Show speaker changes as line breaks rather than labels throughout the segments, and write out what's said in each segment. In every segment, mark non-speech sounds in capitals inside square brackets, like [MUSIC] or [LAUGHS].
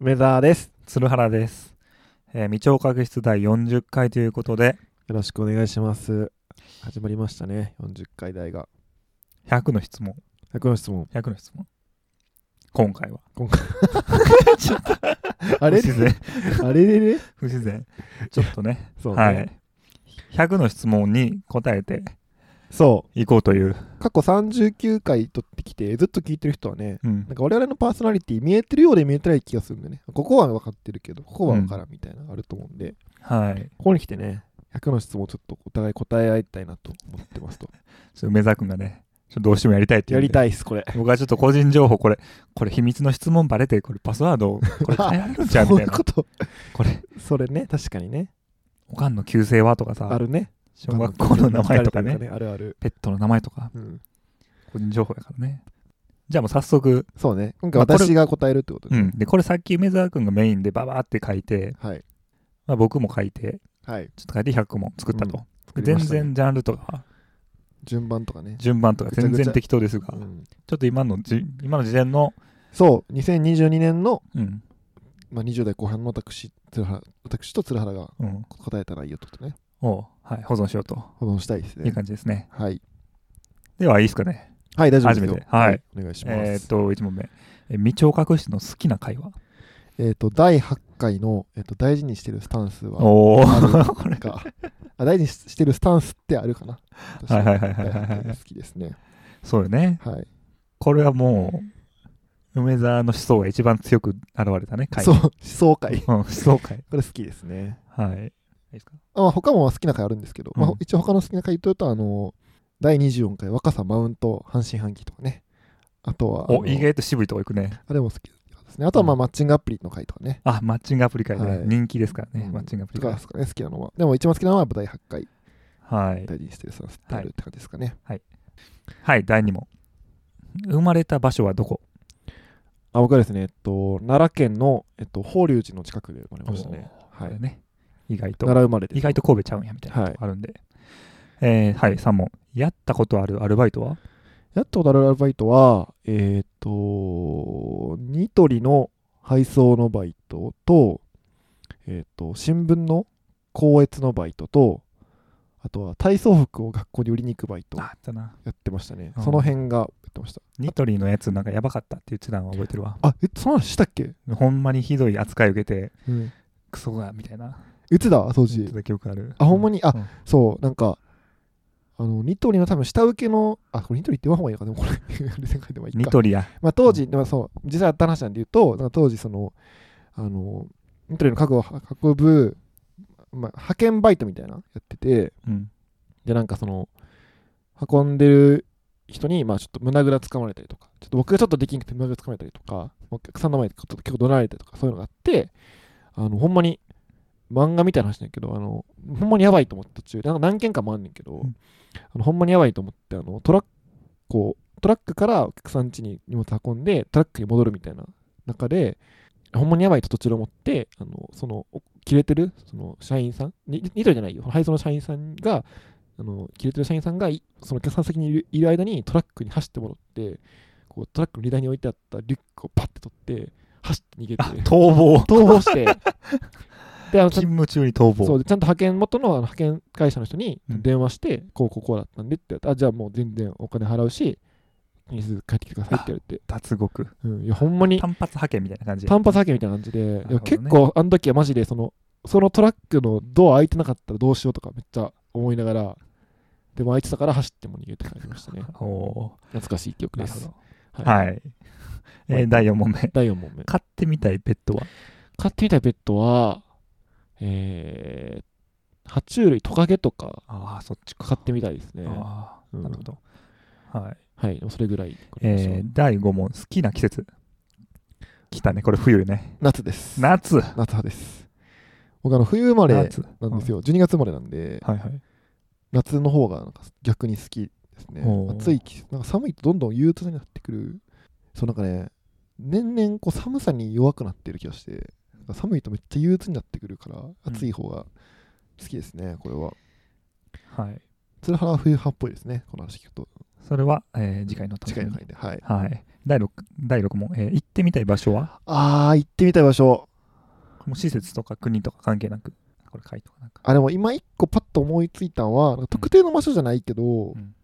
梅沢です。
鶴原です。えー、未聴覚室第40回ということで、
よろしくお願いします。始まりましたね、40回台が。
100の質問。
100の質問。
100の質問。今回は。
あ
不
れ
自然。
あれれれ
不自然。ちょっとね。
[LAUGHS] そうね、
はい。100の質問に答えて
そ
いこうという。
う。過去39回撮ってきて、ずっと聞いてる人はね、
うん
なん。か我々のパーソナリティ見えてるようで見えてない気がするんでね。ここは分かってるけど、ここは分からんみたいなのあると思うんで、
はい。
ここに来てね、100の質問をちょっとお互い答え合いたいなと思ってますと。
ちょっと梅沢くんがね、ちょっとどうしても [LAUGHS] やりたいって
やりた
い
いっす、これ。
うんで。僕はちょっと個人情報、これ、これ秘密の質問バレて、これパスワード、これ変えられるんちゃうみ
[LAUGHS] そう
た
い
いうな
こ。と。
これ、
それね、確かにね。
おかんの旧姓はとかさ
あ、るね。
小学校の名前とか
聞れ
ね
て、るあるある。
ペットの名前とか、
うん、
個人情報やからね。じゃあもう早速、
そうね。今回
まあこれ
私が答えるってこと
う
ね。
ん。で、これさっき梅沢くんがメインでババーって書いて、
はい。
まあ、僕も書いて、
はい。
ちょっと書いて100問作ったと。
作り
全
ましたね
然ジャンルとか、
順番とかね。
順番とか全
ぐちゃぐち
然
ゃ
適当ですが、
うん
ちょっと今のじ、今の時点の、
そう、2022年の、
うん、
まあ、20代後半の私鶴原私と鶴原が
うん、
答えたらいいよってことね。
を、はい、保存しようと
保存したいです
い
ね
う。感じですね。
はい。
では、いいですかね。
はい、大丈夫です
初
よ
めて。はい。
お願いします。
えーっと、1問目。え未聴覚室の好きな会話。
えっと、第8回の、えっと大事にしてるスタンスは
おお
ある
ーこれ
かあ大事にししてるスタンスってあるかな。私
はいはいはいはいはいは
第
い
八回が好きですね。
[LAUGHS] そうよね。
はい。
これはもう、梅沢の思想が一番強く現れたね、会
そう、思想会。
うん、思想会。
これ好きですね。
はい。いいですか
あまあ、他もまあ好きな回あるんですけど、まあ
うん、
一応他の好きな回言うと、あの、第24回若さマウント半信半疑とかね。あとは、
お、
あの
意外と渋いとこ行くね。
あれも好きですね。あとはまあ
うん
マッチングアプリの回とかね。
あ、マッチングアプリ会ね、
はい
人気ですからね、
うん
マッチングアプ
と
リ
か
会
で。すかね、好きなのは。でも一番好きなのはやっぱ第8回、
はい。
大事にしてるスタンスってあるって感じですかね。
はい、第2問。生まれた場所はどこ
あ僕はですね、えっと、奈良県の、えっと、法隆寺の近くで生まれましたね。は
こ
い
れ。ね。意外と、
奈良生まれです。
意外と神戸ちゃうんやみたいな
はい
とこあるんで。えーはい、3問。やったことあるアルバイトは
やったことあるアルバイトは、えっ、と、ニトリの配送のバイトと、えっ、と、新聞の校閲のバイトと、あとは体操服を学校に売りに行くバイトや
あったな。
ってましたね
う。ん
その辺がやってました。
ニトリのやつなんかやばかったっていう手段は覚えてるわ。
あ、え、その話したっけ
ほんまにひどい扱い受けて、
うん。
クソがみたいな。
いつだ当
言っ
時
て。た記憶ある。
あ、ほんまに、あ、
うん
そう、なんか、あの、ニトリの多分下請けの、あ、これニトリって言わん方がいいのかでもこれ、 [LAUGHS] あれ世界でもいいか。
ニトリや。
まあ、当時、まあ、そう実際あった話なんで言うとなんか当時そのあのニトリの家具を運ぶ、まあ、派遣バイトみたいなのやってて
うん。
でなんかその運んでる人に、まあ、ちょっと胸ぐらつかまれたりとかちょっと僕がちょっとできなくて胸ぐらつかまれたりとかお客さんの前でちょっと結構怒鳴られたりとかそういうのがあってあのほんまに漫画みたいな話なんやけどあのほんまにやばいと思って途中でなんか何件かもあんねんけど、
うん
あのほんまにやばいと思ってあのトラックをトラックからお客さん家に荷物運んでトラックに戻るみたいな中でほんまにやばいと途中で思ってあのそのお切れてるその社員さんにニトリじゃないよ配送の社員さんがあの切れてる社員さんがいそのお客さん先にいるいる間にトラックに走って戻ってこうトラックの荷台に置いてあったリュックをパッて取って走って逃げて
あ、逃亡。
逃亡
[LAUGHS]
してであのちゃん
勤務中に逃
そう
亡。
でちゃんと派遣元のあの派遣会社の人に
うん
電話して、こうこうこうだったんでって言われてあじゃあもう全然お金払うし水帰ってきてくださいって言われて、
脱獄。
うん、いやほんまに
単発派遣みたいな感じ。
単発派遣みたいな感じで、い
なる
や
ほどね
結構あの時はマジでそのそのトラックのドア開いてなかったらどうしようとかめっちゃ思いながらでも開いてたから走っても逃げて帰りま
[LAUGHS]
したね
おお
懐かしい記憶
ー。な
で
るほ
す
ど。はい。えー第4問目。
第4問目
買ってみたいペットは
買ってみたいペットはえー、爬虫類トカゲとか
ああ、そっち
買ってみたいですね
ああ、
うん
なるほど。はい。
はいでもそれぐらい
えー第5問。好きな季節。来たね。これ冬ね。
夏です夏
夏。
派です僕あの冬生まれなんで
夏。
すよ、12月生まれなんで
はいはい。
夏の方がなんか逆に好きですね
おー
暑い季節なんか寒いとどんどん憂鬱になってくるそうなんかね年々こう寒さに弱くなってる気がしてなんか寒いとめっちゃ憂鬱になってくるから
ん
暑い方が好きですね、これは
はい。
鶴原は冬派っぽいですねこの話聞くと
それは、えー次回の楽し
近
み
い
に
回ではい
はい。第 6, 第六問、えー行ってみたい場所は
あー、行ってみたい場所。
これも施設とか国とか関係なく。これ書いとかなんか。
あ、でも今一個パッと思いついたのは、特定の場所じゃないけど、
ん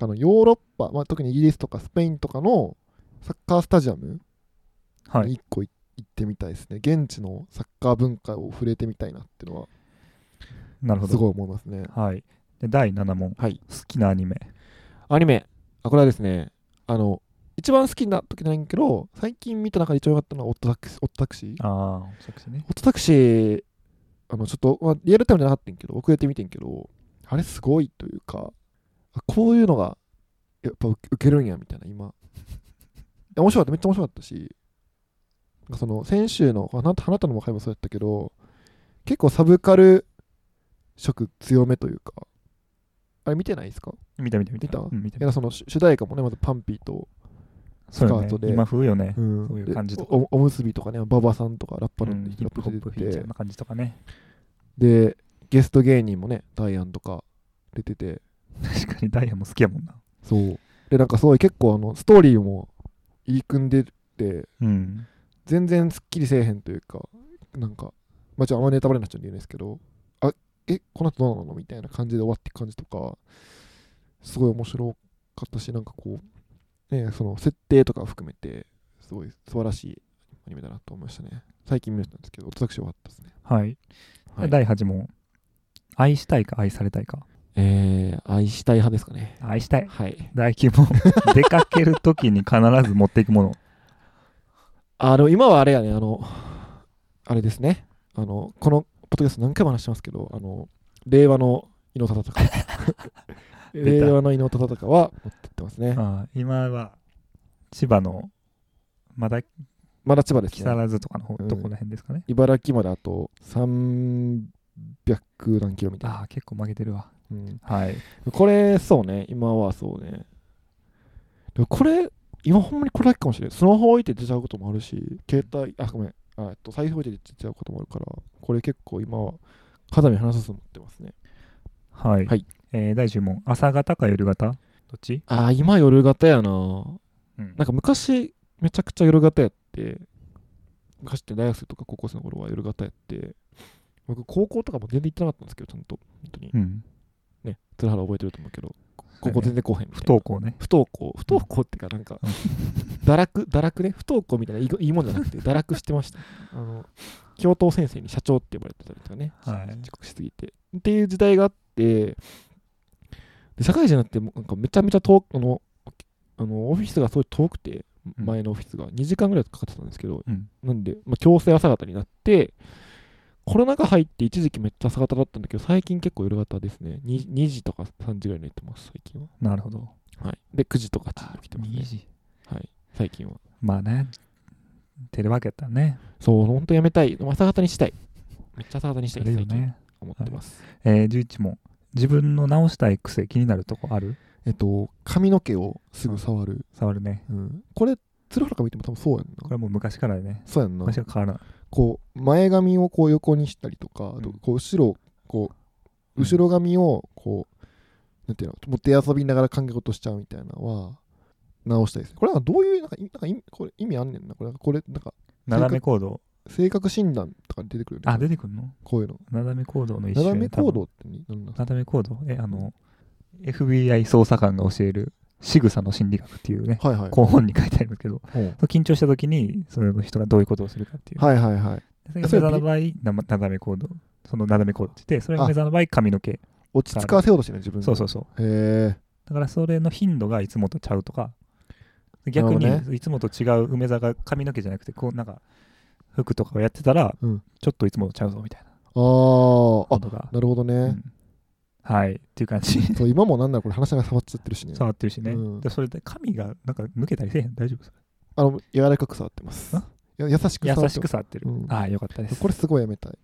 あのヨーロッパ、まあ、特にイギリスとかスペインとかのサッカースタジアム
はい。
に一個い行ってみたいですね。現地のサッカー文化を触れてみたいなっていうのは、
なるほ
す
ど。
ごい思いますね。
はい。で、第7問。
はい。
好きなアニメ。
アニメ、あ、これはですね、あの、一番好きな時じゃないんだけど、最近見た中で一番良かったのはオットタクシー。オットタクシー
ああ、作詞ね。
オットタクシー、あの、ちょっと、まあ、リアルタイムじゃなかったんやけど、遅れて見てんけど、あれすごいというか、あこういうのが、やっぱ受受けるんや、みたいな、今。いや面白かった、めっちゃ面白かったし、なんかその、先週の、あなた花束の会もそうやったけど、結構サブカル色強めというか、あれ見てないですか
見た見た見た。
見た
うん、見た
いやその主主題歌もね、まずパンピーと、
そうよ
スカート
ね。
で
今風よね。
うん
そういう感じとか
でおおむすびとかね、馬場さんとか、ラッパ
う
の
ん、ヒ
人
ッ
ラ
プホッ
ップ
プフィー
出
チ
て
ャ
て
ー、な感じとかね。 [LAUGHS]
でゲスト芸人もねダイアンとか出てて
確かにダイヤも好きやもんな。
そうでなんかすごい結構あのストーリーも入り組んでて
うん。
全然すっきりせえへんというかなんかまあちょっとあんまネタバレになっちゃうんで言えないですけどあえこの後どうなのみたいな感じで終わっていく感じとかすごい面白かったしなんかこう、ね、その設定とかを含めてすごい素晴らしいアニメだなと思いましたね最近見たんですけど私終わったですね
はい。
はい
第8問。愛したいか愛されたいか。
えー、愛したい派ですかね
愛したい。
はい
第9問。 [LAUGHS] 出かけるときに必ず持っていくも [LAUGHS] の。
あの今はあれやねあのあれですねあのこのポッドキャスト何回も話してますけどあの令和の伊能忠敬令和の伊能忠敬は持ってってますね
ああ今は、千葉の、まだ
まだ千葉です
木
ね
更津とかの方、
うん
どこら辺ですかね。
茨城まであと300何キロみたいな、
ああ、結構曲げてるわ。
うん
はい。
これそうね今はそうねでもこれ今ほんまにこれだけかもしれないスマホ置いて出ちゃうこともあるし携帯あごめんあえっと財布置いて出ちゃうこともあるからこれ結構今は肌身離さず持ってますね
はい。
はい
えー第10問。朝方か夜型どっち
ああ、今夜型やな。
うん
なんか昔、めちゃくちゃ夜型やって、昔って大学生とか高校生の頃は夜型やって、僕、高校とかも全然行ってなかったんですけど、ちゃんと、本当に。
うん。
ね、鶴原覚えてると思うけど、
そう
高
やね
校全然来おへんみたいな。
不登校ね。
不登校。不登校ってか、なんか、堕落、堕落ね、不登校みたいないいいいもんじゃなくて、堕落してました。あの、教頭先生に社長って呼ばれてたりとかね、
はい
遅刻しすぎて。っていう時代があって、で社会人になってもうなんかめちゃめちゃ遠くあのあのオフィスがすごい遠くて、
うん
前のオフィスが2時間ぐらいかかってたんですけど、
うん
なんで、まあ、強制朝方になって、コロナ禍入って一時期めっちゃ朝方だったんだけど、最近結構夜型ですね。2, 2時とか3時ぐらいに寝てます、最近は。
なるほど。
はい、で、9時とか8時に起きてます
2
ね。
時。
はい、最近は。
まあね。テレワークやったらね。
そう、本当やめたい。でも朝方にしたい。めっちゃ朝方にしたい、
あれよ
最近
ね。
思ってます。
えー、11問。自分の直したい癖、気になるとこある
えっと、髪の毛をすぐ触る。
触るね。
うん、これ、鶴原から見ても多分そうやんな。
これはもう昔からね。
そうやんな。
昔から変わらない。
こう、前髪をこう横にしたりとか、あと
うん
こう後ろ、こう、
うん
後ろ髪をこう、なんていうの、もう手遊びながら考え事しちゃうみたいなのは、直したいですね。これなんかどういう、なんかいなんか意味これ意味あんねんな。これ、これなんか、
斜め行動。
性格診断とかに出てくるよね。
あ、出てくるの
こういうの。
斜め行動の一種や
斜
ね
め行動って何なん
多分斜め行動え、あの、FBI 捜査官が教える仕草の心理学っていうね、
はいはい。
こう本に書いてあるんですけど、
うん
緊張した時に、その人がどういうことをするかっていう。
はいはいはい。
それが目覚の場合、なま斜め行動。その斜め行動って言って、それが目覚の場合、髪の毛。
落ち着かせようとしてね、自分
そうそううそう。
そう。へえ。
だからそれの頻度がいつもとちゃうとか、
るほ
逆
どね
にいつもと違う梅沢が髪の毛じゃなくて、こうなんか、服とかをやってたら、
うん
ちょっといつもとちゃうぞみたいな
あー
こ
あ、
とが。
なるほどね。
うんはい、っていう感
[LAUGHS]
じ。 [LAUGHS]
そう今もなんならこれ話が触っちゃってるしね。
触ってるしね。
うん
でそれで髪がなんか抜けたりせえへん大丈夫
あの柔らかく触ってます。
あ
や優しく触って
優
ま
し
す
く触ってる。
うん
ああ、よかったです。
これすごいやめたい。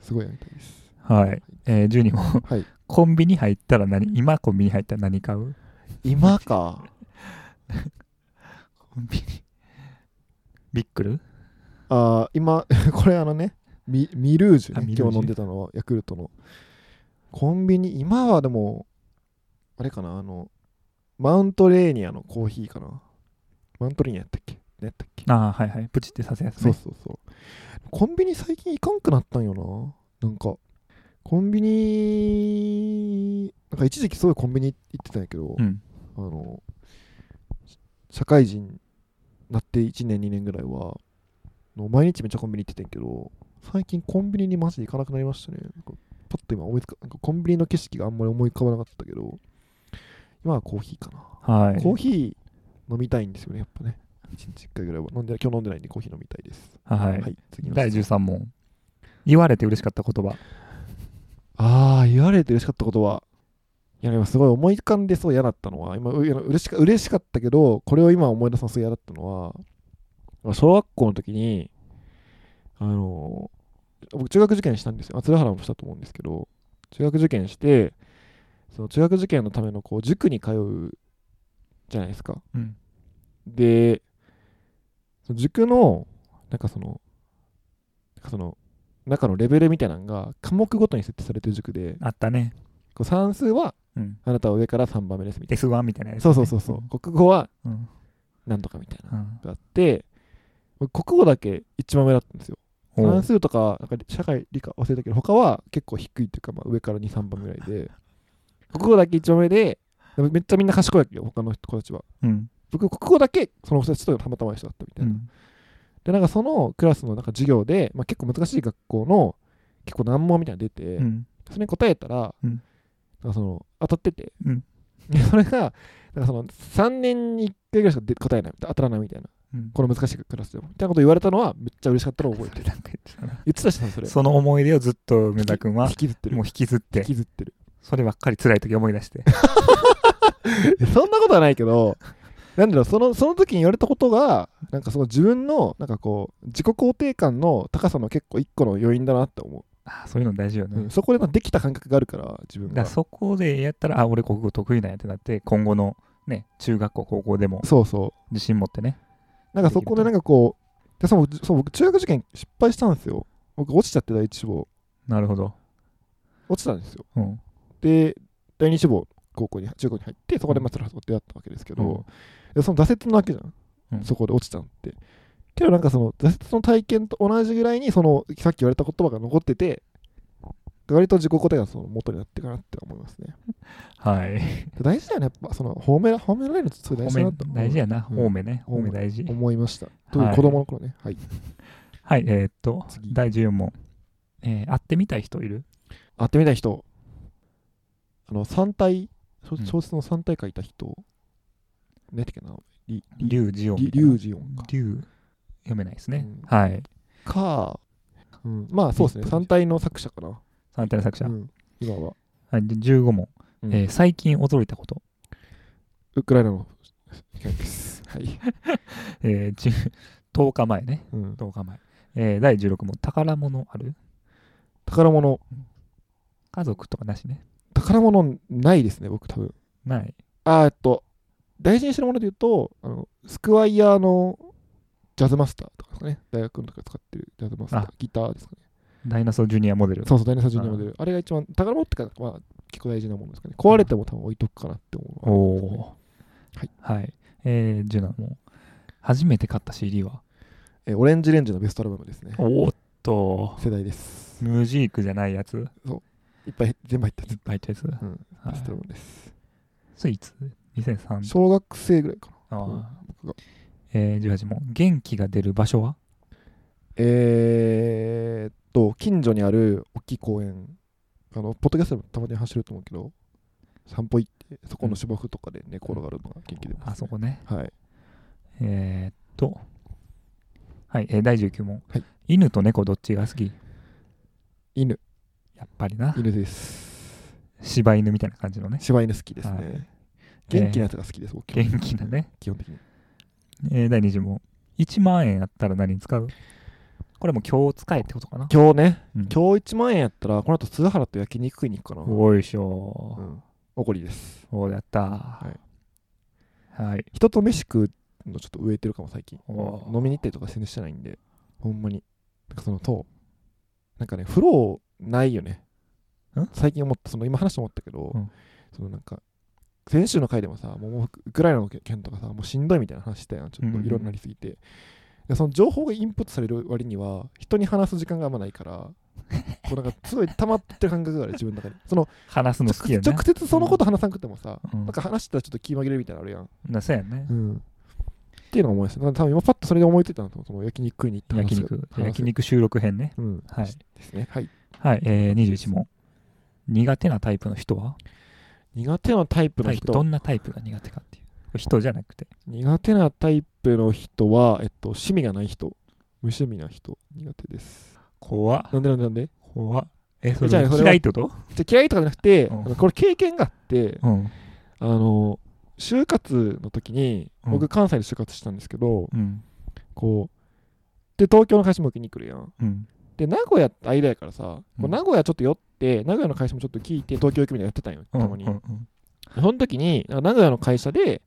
すごいやめたいです。
はい。えー、12問。
はい。
[LAUGHS] コンビニ入ったら何今コンビニ入ったら何買う
今か。
コンビニ。ビックル
あー今、 [LAUGHS] これあのね、ミミルージュ、
あ
ね、
ミルージ
今
ュ
日飲んでたのはヤクルトの。コンビニ、今はでも、あれかな、あの、マウントレーニアのコーヒーかな。マントリーニやったっけ何やったっけ
ああ、はいはい。プチってさせやす
そう
ね。
そうそう。コンビニ最近行かんくなったんよな。なんか、コンビニ、なんか一時期すごいコンビニ行ってたんやけど、
うん。
あの、し社会人なって1年、2年ぐらいは、の毎日めっちゃコンビニ行ってたんやけど、最近コンビニにマジで行かなくなりましたね。なんかパッと今思いつか、なんかコンビニの景色があんまり思い浮かばなかったけど、今はコーヒーかな。
はい。
コーヒー飲みたいんですよね、やっぱね。1日1回ぐらいは飲んで、今日飲んでないんでコーヒー飲みたいです。
はい。
次の
第13問。言われて嬉しかった言葉。
ああ、言われて嬉しかったことは、いや、でもすごい思い浮かんでそう嫌だったのは、今、ういや嬉しか嬉しかったけど、これを今思い出さなそう嫌だったのは、まあ小学校の時に、あの、僕、中学受験したんですよ。あ鶴原もしたと思うんですけど、中学受験して、その中学受験のためのこう塾に通うじゃないですか。
うん。
で、その塾の、なんかその、なんかその、中のレベルみたいなのが科目ごとに設定されてる塾で、
あったね。
こう算数は
うん。
あなたは上から3番目ですみたい
S1 みたいなや
な。
つ。
そうそうそうそう。国語は
うん。
なんとかみたいな
う
の
ん。
があって、僕国語だけ一番上だったんですよ。
うん。お
算
う
数とか、なんか社会、理科忘れたけど、他は結構低いというか、まあ、上から2、3番ぐらいで、国語だけ一番上で、でもめっちゃみんな賢いわけよ、他の子たちは。
うん。
僕、国語だけその子たちとたまたま一緒だったみた
う
いな。
ん。
でなんかそのクラスのなんか授業で、まあ、結構難しい学校の結構難問みたいなの出て、
うん。
それに答えたら、
うん
なんかその当たってて、
うん
でそれがなんかその3年に1回ぐらいしか出答えない当たらないみたいな
うん。
この難しいクラスでもみたいなこと言われたのはめっちゃ嬉しかったのを覚えてる
[LAUGHS] なんか言ってたな
言ってたしそれ
その思い出をずっと梅田君は
引きずってる
もう引きずっ
引
て
きずってる
そればっかり辛い時思い出して
そんなことはないけ
[LAUGHS]
どなんだろうそのその時に言われたことがなんかその自分のなんかこう自己肯定感の高さの結構一個の要因だなって思
あーそういうの大事よ
う、
ね、
うんそこでなんかできた感覚があるから自分
だから
が
そこでやったらあ俺国語得意なんやってなって今後のね中学校高校でも
そうそう
自信持ってね
なんかそこでなんかこう、でそのそう僕、中学受験失敗したんですよ。僕、落ちちゃって第一志望、
なるほど、
落ちたんですよ。
うん、
で、第二志望、高校に、中高に入って、そこで松原さんと出会ったわけですけど、
うん
でその挫折なわけじゃん、
うん
そこで落ちたんって。けど、なんかその挫折の体験と同じぐらいに、そのさっき言われた言葉が残ってて、割と自己肯定がその元になってるかなって思いますね。
はい
大事だよね、やっぱ、その褒めら褒められるってすごい大事だなと
褒
思
め
う
大事やな
うん
褒めね
うん
褒め大事
思いました。特
はい
に子供の頃ね。はい。
はいえーっと
次
第14問、えー会ってみたい人いる
会ってみたい人あの三体小
うん
小説の三体書いた人、何やったっけなリリ
龍ジオン
リリュウジオンか
龍読めないですね、
うん
はい
か、うん、まあそうですね
リ
三体の作者かな、
3点の作者、
うん今は、
はい、で15問、
うん
えー最近驚いたこと
ウクライナのですはい、
えー、10 10日前ね、
うん、
10日前。えー、第16問、宝物ある
宝物
家族とかなしね。
宝物ないですね僕多分
ない。
あーえっと大事にしてるもので言うとあのスクワイヤーのジャズマスターとかですかね大学の時から使ってるジャズマスター
あ
ギターですかね
ダイナソージュニアモデル。
そうそう、ダイナソージュニアモデル。あれが一番、宝物ってか、まあ、結構大事なものですかね。壊れても多分置いとくかなって思う。
おおー。
はい。
はい。えー、17問。初めて買った CD は
えーオレンジレンジのベストアルバムですね。
おーっと、
世代です。
ムジークじゃないやつ。
いっぱい、全部入ったや
いっぱい入ったやつ。
つ。うん、
はい
ベストアルバムです。
スイーツ ?2003
小学生ぐらいかな。
あ
うん
ー
僕が
えー、18問。元気が出る場所は
えーっと、近所にある大きい公園、あの、ポッドキャストでもたまに走ると思うけど、散歩行って、そこの芝生とかで寝転がるのが元気で
あそこね。
はい。
えー、っと、はい、えー、第19問、
はい
犬と猫どっちが好き
犬、
やっぱりな。
犬です。
柴犬みたいな感じのね。
柴犬好きですね。
はい
元気なやつが好きです、僕基本
元気なね。
基本的に。
えー第20問。1万円あったら何に使うこれも今日使えってことかな。
今日ね、
うん
今日1万円やったらこの後鈴原と焼肉食いに行くかな
おいしょ
う。んおこりです
おーやったー。
い
はい。
人と飯食うのちょっと植えてるかも最近
おー
飲みに行ったりとか全然してないんでほんまになんかそのそうなんかね風呂ないよね
ん
最近思ったその今話して思ったけど、
うん
そのなんか先週の回でもさもうもうウクライナの件とかさもうしんどいみたいな話したやんちょっといろいろなりすぎて、でその情報がインプットされる割には人に話す時間があんまないからこうなんかすごい溜まってる感覚がある自分の中にその
話すの好きやな
直接そのこと話さなくてもさ、
うん
なんか話したらちょっと気紛れるみたいなのあるやん、
なそうやね
うんっていうのが思い出したなんか多分今パッとそれで思いついたのとその焼肉食いに行った話
焼肉
話
焼肉収録編ね
うん
はい
ですねはい
はい、えー、21問苦手なタイプの人は
苦手なタイプ
タ
の
イプど
人
んなタイプが苦手かっていうこれ人じゃなくて
苦手なタイプの人は、えっと、趣味がない人無趣味な人苦手です
怖っ
なんでなんでなんで
怖っえそ
じゃあ
れ
それは
嫌いってこと
じゃあ嫌いとかじゃなくて、
うん
あのこれ経験があって
うん
あの就活の時に
う
僕
ん
関西で就活したんですけど、
うん
こうで東京の会社も受けに来るやん
うん
で名古屋って間やからさ、こう
うん
名古屋ちょっと寄って名古屋の会社もちょっと聞いて東京行くみたいなのやってたんよ
う
た
ん
まに、
うんうん
その時になんか名古屋の会社で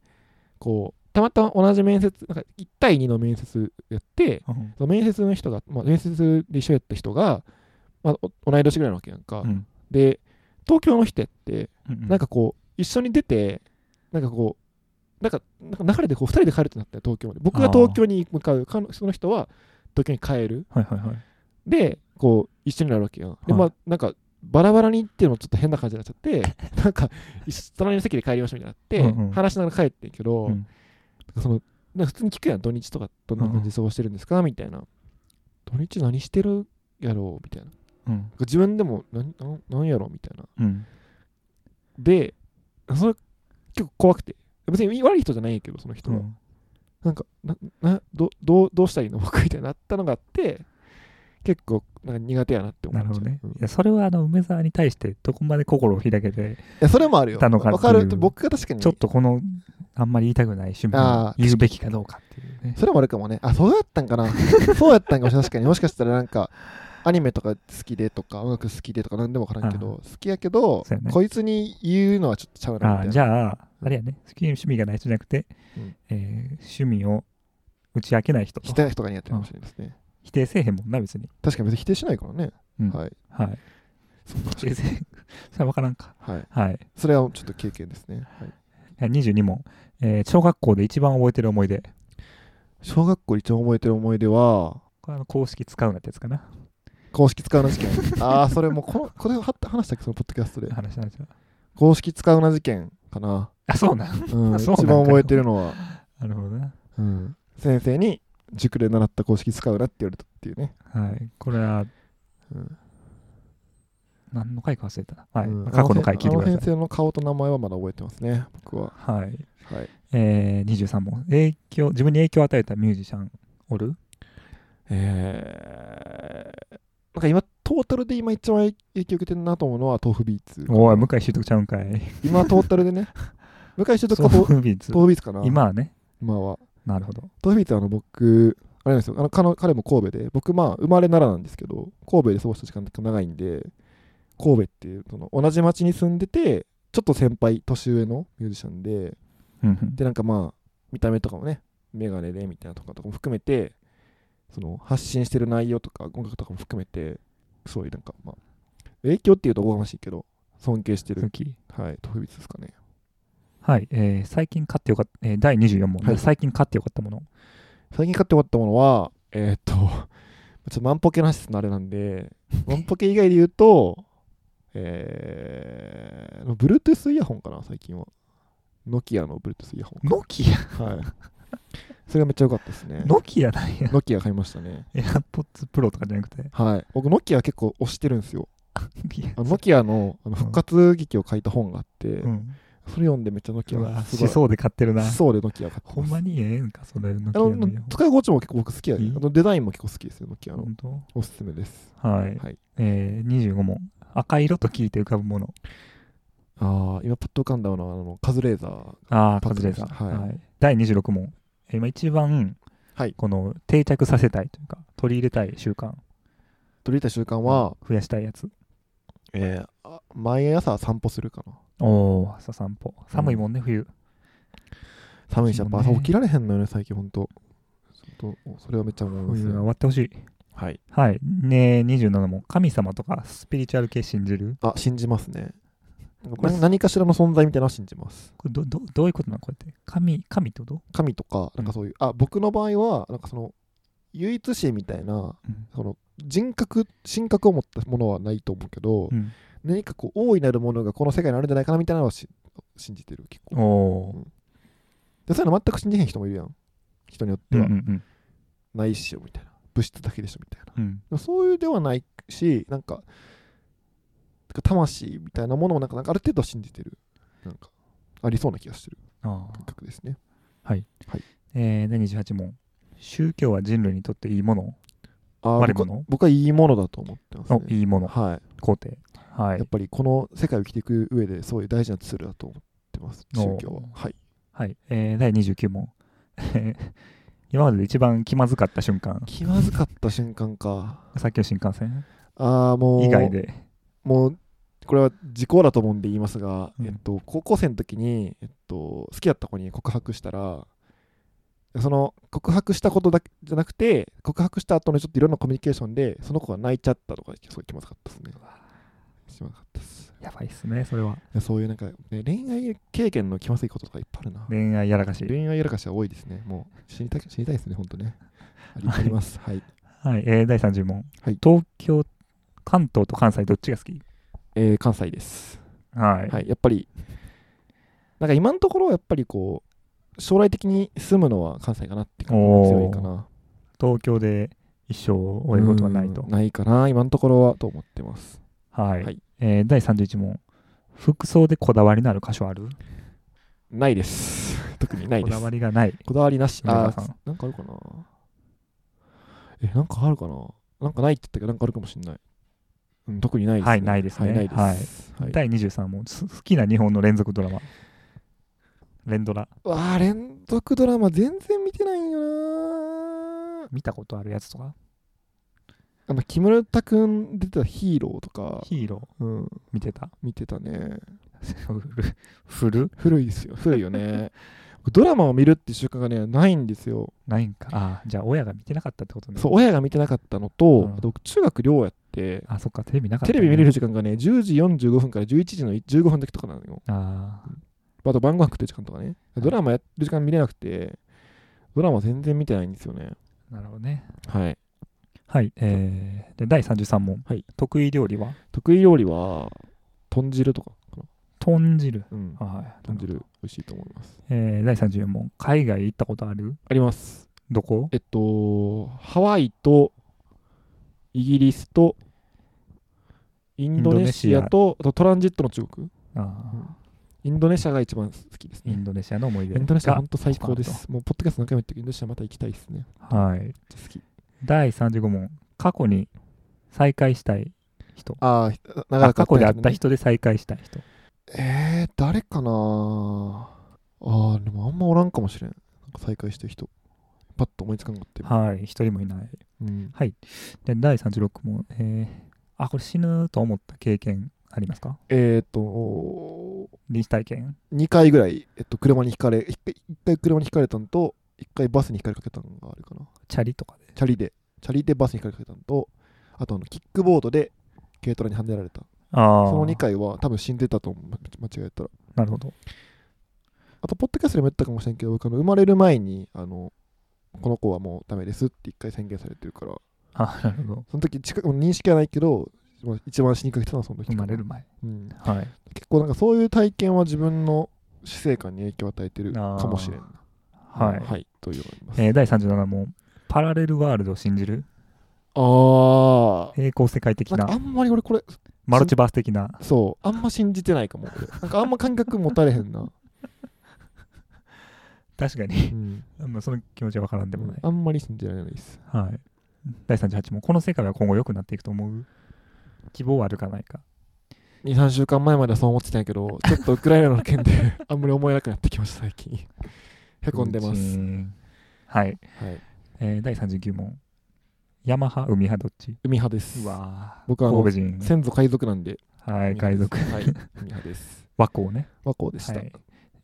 こうたまたま同じ面接なんか1対2の面接やって
うん
その面接の人が、まあ、面接で一緒やった人が、まあ、お同い年ぐらいなわけやんか、
うん
で東京の人やって
うん
なんかこう一緒に出てなんかこうなんかなんか流れでこう2人で帰るってなったよ東京まで僕が東京に向かうかのその人は東京に帰る
はいはいはい
でこう一緒になるわけよで
はい
まあなんかバラバラにっていうのもちょっと変な感じになっちゃ
[LAUGHS]
ってなんか一隣の席で帰りましょうみたいになって、
うんうん
話しながら帰ってんけど、
うん
そのなんか普通に聞くやん土日とかどんな感じで過ごしてるんですか、みたいな土日何してるやろうみたいな
うん
自分でも何なんなんやろうみたいな
うん
でそれ結構怖くて別に悪い人じゃないんやけどその人は、
うん
なんかななどどうどうしたらいいの僕みたいになったのがあって結構なんか苦手やなって思っ
な
ちゃう
るほどね
うん
いやそれはあの梅沢に対してどこまで心を開けて
いやそれもあるよ。
たのかっていう
わかる。僕が確かに。
ちょっとこのあんまり言いたくない趣味
あ
を
ー
言うべきかどうかっていうね
それもあるかもね。あ、そうだったんかな。そうやったんかもしれない。確かに。もしかしたらなんか、アニメとか好きでとか、音楽好きでとか、なんでもわからんけど、好きやけど、
そうやね
こいつに言うのはちょっとちゃうなみ
あ
たい
ー
な。
じゃああれやね好き趣味がない人じゃなくて、
うん
えー趣味を打ち明けない人
否定とかにやってるかもしれないですね。
否定せえへんもんな別に
確かに別に否定しないからね。
うん
はい。
はい
そうか
否定せえへん [LAUGHS] それは分からんか
はい。
はい
それはちょっと経験ですね。はい、
22問、えー小学校で一番覚えてる思い出
小学校一番覚えてる思い出は、
これあの公式使うなってやつかな
公式使うな
[LAUGHS]
事件。ああ、それもこの、これをは話したっけ、そのポッドキャストで。
話話は
公式使うな事件かな。
あそうなん [LAUGHS]
うん、一
そうなんか
番覚えてるのは。
なるほどな
うん、先生に塾で習った公式使うなって言われたっていうね、
はいこれは
うん
何の回か忘れたな、はい
うん
過去の回聞いて
あ
く
の
だ
先
さい
生の顔と名前はまだ覚えてますね僕は、
はい
はい、
えー、23問影響自分に影響を与えたミュージシャンおる
えー、なんか今トータルで今一番影響受けてるなと思うのは豆腐ビーツ
おい向井修徳ちゃうんかい
今トータルで
[LAUGHS]
ね向井修徳
ソ
か
[LAUGHS]
豆
フビーツ
豆腐ビーツかな
今はね
今は
なるほど
豆腐ビーツはあの僕あれなんですよあの彼の彼も神戸で僕まあ生まれ奈良なんですけど神戸で過ごした時間が長いんで神戸っていうその同じ町に住んでてちょっと先輩年上のミュージシャンで
うんうん
でなんかまあ見た目とかもねメガネでみたいなとかとかも含めてその発信してる内容とか音楽とかも含めてそういうなんかまあ影響っていうとおこがましいけど尊敬してる
次
はい特別ですかね
はい、えー最近買ってよかった、えー第24問、
はい
最近買ってよかったもの
最近買って終わったものはえーっと [LAUGHS] ちょっと万ポケの話すのあれなん
[LAUGHS]
で万ポケ以外で言うとえー Bluetooth イヤホンかな最近はノキアの Bluetooth イヤホ
ノキア
ンはいそれがめっちゃ良かったですね
[LAUGHS] ノキアなんや [LAUGHS]
ノキア買いましたね
AirPods Pro とかじゃなくて
はい、僕、ノキア結構推してるんですよ。
いや
あのノキアのあの
うん
復活劇を書いた本があって、
うん
それ読んでめっちゃノキ
う
ア
わ
す
し
ごい。
そうで買ってるな
そうでノキア買ってます
ほんまにええんかそれノキ
あ
アの
の
イヤホン
使い心地も結構僕好きやね
いい
あのデザインも結構好きですよ、ノキアの。
本当
おすすめです。
はい、
はい
えー、25問赤色と聞いて浮かぶもの
ああ、今パッと浮かんだのはあのカズレーザー。
ああ
パッと
カズ
出
レ
ま
ー
し
ザ
た
ー、
はい
はい第26問、えー今一番、
はい
この定着させたいというか取り入れたい習慣
取り入れた習慣は、
増やしたいやつ
えーあ毎朝散歩するかな。
おお朝散歩寒いもんね、冬
寒いし、やっぱ
そうね
朝起きられへんのよね、最近、ほんと。ちょっとおそれはめっちゃ思います
冬
ね
が終わってほしい
はい。
はい。ね27問。神様とかスピリチュアル系信じる
あ、信じますね。なんかな何かしらの存在みたいなのは信じます。
これどどどういうことなのこれって神神ってこと、
神とか、なんかそういう、あ、僕の場合は、なんかその、唯一視みたいな、
うん
その人格、神格を持ったものはないと思うけど、
うん
何かこう、大いなるものがこの世界にあるんじゃないかなみたいなのはし信じてる、結構。
おー
でそういうの全く信じへん人もいるやん。人によって
うんう
は、
ん
ないっしょみたいな。物質だけでしょみたいな。
うんうん
でもそういうではないし、なんか、てか魂みたいなものをなんかなんかある程度信じてる。なんか、ありそうな気がしてる
あー
感覚ですね。
えー、第28問宗教は人類にとっていいもの
あー
悪い
僕
もの
僕はいいものだと思ってます
お
ね。
いいもの
はい。
肯定はい
やっぱりこの世界を生きていく上で、そういう大事なツールだと思ってます、
お
宗教は。はい。
はい、えー、第29問。 [LAUGHS] えー今までで一番気まずかった瞬間、
気まずかった瞬間か。
さっきの新幹線
ああ、もう、
以外で。
もう、これは時効だと思うんで言いますが、
うん
えっと、高校生の時に、えっと、好きだった子に告白したら、その告白したことだけじゃなくて、告白した後のちょっといろんなコミュニケーションで、その子が泣いちゃったとか、すごい気まずかったですね。気まずかったです。
やばいっすね、それは。
いやそういうなんか、ね、恋愛経験の気まずいこととかいっぱいあるな。
恋愛やらかし。
恋愛やらかしは多いですね。もう死にた死にたいですね、本当ね。ありあります。はい。
はい、えー、第30問。
はい
東京、関東と関西どっちが好き
えー関西です。
はい。
はい、やっぱり、なんか今のところ、やっぱりこう、将来的に住むのは関西かなって感じが強いかな。
東京で一生終えることはないと
うん。ないかな、今のところはと思ってます。
はい、
はい
えー、第31問。服装でこだわりのある箇所ある
ないです。 [LAUGHS] 特にない
こ
です。
だ
こだ
わ
わり
りがない。
なし。
梅
あ
沢
ー
さん
なんかあるかな。え、なんかあるかな。なんかないって言ったけど、なんかあるかもしれない。うん、特にないです、
はいないですね
はい、ないです。はい
第23問。す好きな日本の連続ドラマ。連ドラ。
うわあ、連続ドラマ全然見てないんよなー。
見たことあるやつとか
あの、木村拓くん出てたヒーローとか、
ヒーロー
うん、
見てた
見てたね。
フル
古いですよ古いよね [LAUGHS] ドラマを見るっていう習慣がねないんですよ
ないんか。ああ、じゃあ親が見てなかったってことね。。
そうう親が見てなかったのと、
うん
あと僕中学寮やって
あ、そっか、テレビなかっ
テ
たね、
レビ見れる時間がね10時45分から11時の15分の時とかなのよ
ああ、
あと晩ご飯食ってる時間とかねドラマやってる時間見れなくてドラマ全然見てないんですよね
なるほどね。
はい
はい。えー、で、第33問。
はい
得意料理は
得意料理は豚汁とかかな
豚汁。
うん
はい。
豚汁美味しいと思います
えー、第34問。海外行ったことある
あります
どこ
えっとハワイとイギリスとインドネシアとあとトランジットの中国
ああ、
インドネシアが一番好きです
イ
ね。
ンドネシアの思い出
イ
が。
ンドネシア本当最高です。もうポッドキャスト何回も言ってるけど、インドネシアまた行きたいですね。
はい。
めっちゃ好き。
第35問。過去に再会したい人。
ああ、長
あ過去で会った
人。
人で再会したい人。
えー、誰かなああ、でもあんまおらんかもしれん。なんか再会してる人。パッと思いつかんかって。
はい。一人もいない。
うん、
で、第36問。えー、あ、これ死ぬと思った経験ありますか
えっ、ー、と、
臨死体験
2回ぐらい、えっと、車にひかれ、1回一回車にひかれたのと、1回バスにひかれかけたのがあるかな。
チャリとかで。
チャリで、チャリでバスにひかれかけたのと、あとあのキックボードで軽トラにはねられた。
ああ。
その2回は多分死んでたと思う、間違えたら。
なるほど。
あと、ポッドキャストでも言ったかもしれんけど、僕あの生まれる前にあの、この子はもうダメですって一回宣言されてるから、
あなるほど。
その時近く認識はないけど、まあ一番死にかけてたのはその時か
生
な
まれる、前。
うん。
はい。
結構なんかそういう体験は自分の死生観に影響を与えてるかもしれんな。
はい。
はい。というのがあります。
えー、第37問。パラレルワールドを信じる
あ
平行世界的
あ。なんかあ
な、
んまり俺これ、
マルチバース的な。
そう、あんま信じてないかも。俺なんかあんま感覚持たれへん
[LAUGHS]
な。
確か
う
に。 [LAUGHS]
ん、
まあその気持ちはわからんでもない。
あんまり信じられないです。
はい。第38問。この世界は今後良くなっていくと思う希望はあるかないか。
23週間前まではそう思ってたんやけ
[LAUGHS]
どちょっとウクライナの件であんまり思えなくなってきました最近へこんでま
う
す、
ん。はい。
はい、
えー、第39問。山派、海派、どっち
海派です
うわー
僕はあの
神戸人。
先祖海賊なんで
はい、
海
海
派
賊。
ですはい海派です
[LAUGHS] 和光ね。
和光でし
は
た、
い。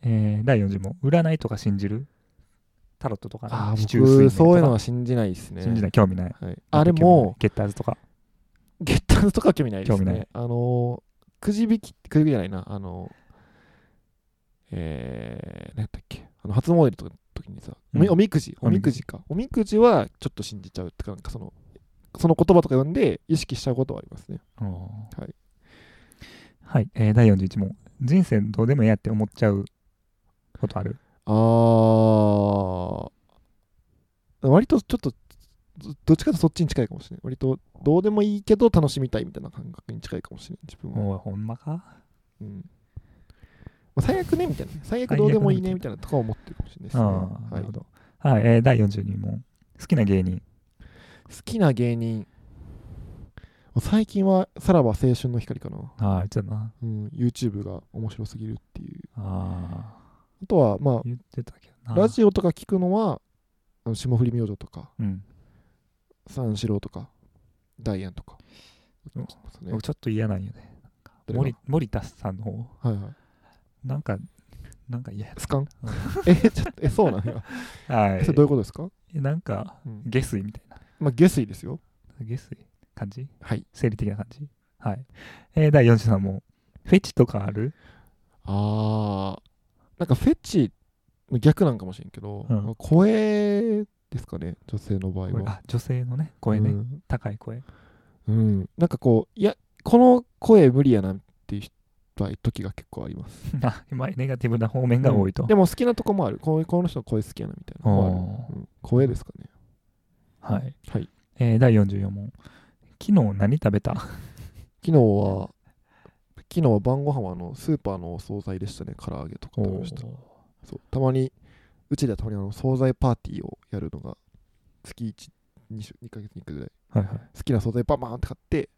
えー、第40問。占いとか信じるタロットとかね、
ああ
市中水
僕
面
そういう
とか
のは信じないですね
信じない興味ない
はい、あれも
ゲッターズとか
ゲッターズとかは興味ないです
興味な
ね
い
あのーくじ引きくじ引きじゃないなあのえー、何やったっけあの初詣の時にさおみ,、
うん
おみくじおみくじかおみくじはちょっと信じちゃうってかなんかそのその言葉とか読んで意識しちゃうことはありますね、
はいはいえー第41問人生どうでもええやって思っちゃうことある
あー割とちょっとどどっちかというとそっちに近いかもしれない割とどうでもいいけど楽しみたいみたいな感覚に近いかもしれない自分は、
おいほんまか
うんまあ、最悪ねみたいなね最悪どうでもいいね
最悪ね
みたいなとか思ってるかもしれないですね、
あ
は
あないるほどはい、えー第42問好きな芸人
好きな芸人最近はさらば青春の光かな、
ああ言ってたな
うん、YouTube が面白すぎるっていう
あ
あとはま
あ言ってたけど
あ
な
ラジオとか聞くのはあの霜降り明星とか
うん
三四郎とかダイアンとか
うん
聞きますね
僕ちょっと嫌なんよね
誰が
森森田さんの方
はいはい
なんかなんか嫌や
スカン
うん
えちょっとえそうなんや
[LAUGHS] は
それどういうことですか、
いなんか
うん
下水みたいな
まあ下水ですよ
下水感じ
はい
生理的な感じはい、えー、第43問フェチとかある
あーなんかフェチの逆なんかもしれんけど、
うん
声ですかね女性の場合
これ
は
あ女性のね声ね、
うん
高い声 [LAUGHS]
うん、なんかこういやこの声無理やなっていう場合時が結構あります
あ今ネガティブな方面が多いと、
でも好きなとこもあるこうこの人の声好きやなみたいなのもある、うん声ですかね
あーはい、
はい
えー、第44問昨日何食べた
昨日は昨日は晩ご飯はあのスーパーのお惣菜でしたね唐揚げとか食べましたそうたまにうちではたまにあの惣菜パーティーをやるのが月12週2ヶ月に1回ぐらい
はいはい
好きな惣菜バンバンって買って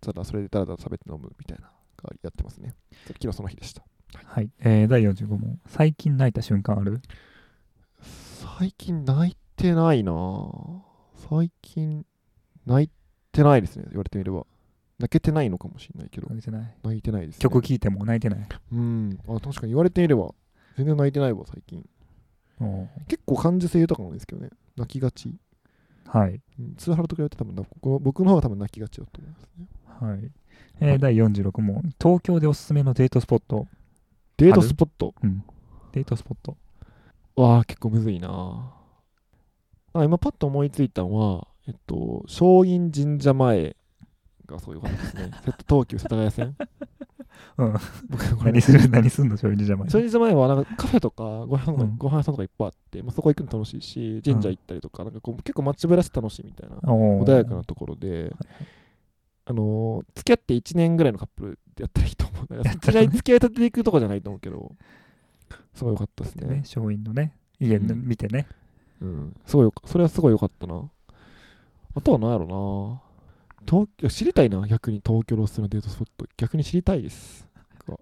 ただそれでダラダラ食べて飲むみたいなのがやってますね昨日その日でした
はい、えー、第45問最近泣いた瞬間ある
最近泣いてないなぁ最近泣いてないですね言われてみれば泣けてないのかもしれないけど
泣いてない
泣いてないです、ね、
曲聴いても泣いてない
うんあ確かに言われてみれば全然泣いてないわ最近
お
結構感受性豊かなんですけどね泣きがち、
はい、
うん、通販と比べて多分なこの僕の方が多分泣きがちだと思いますね
はいえー
はい
第46問東京でおすすめのデートスポット、
デートスポット
うん、デートスポット
わあ結構むずいなぁあ今パッと思いついたのはえっと松陰神社前がそういうことです
[LAUGHS]
ね瀬戸東急世田谷線
うん
僕これ
何する何すんの正直じゃない
それじゃ前はなんかカフェとかご飯,、
うん
ご飯屋さんとかいっぱいあって、まあ、そこ行くの楽しいし神社行ったりとか,、なんかこう結構街ぶらして楽しいみたいな
おー
穏やかなところで、あのー付き合って1年ぐらいのカップルでやったらいいと思うい
[LAUGHS]
きなり付き合い立てていくとこじゃないと思うけどすごい良かったですね
ね、松陰のね、家の
うん
見てね、
うん、すごいよそれはすごい良かったなあとは何やろな東京知りたいな逆に東京ロスのデートスポット逆に知りたいです僕は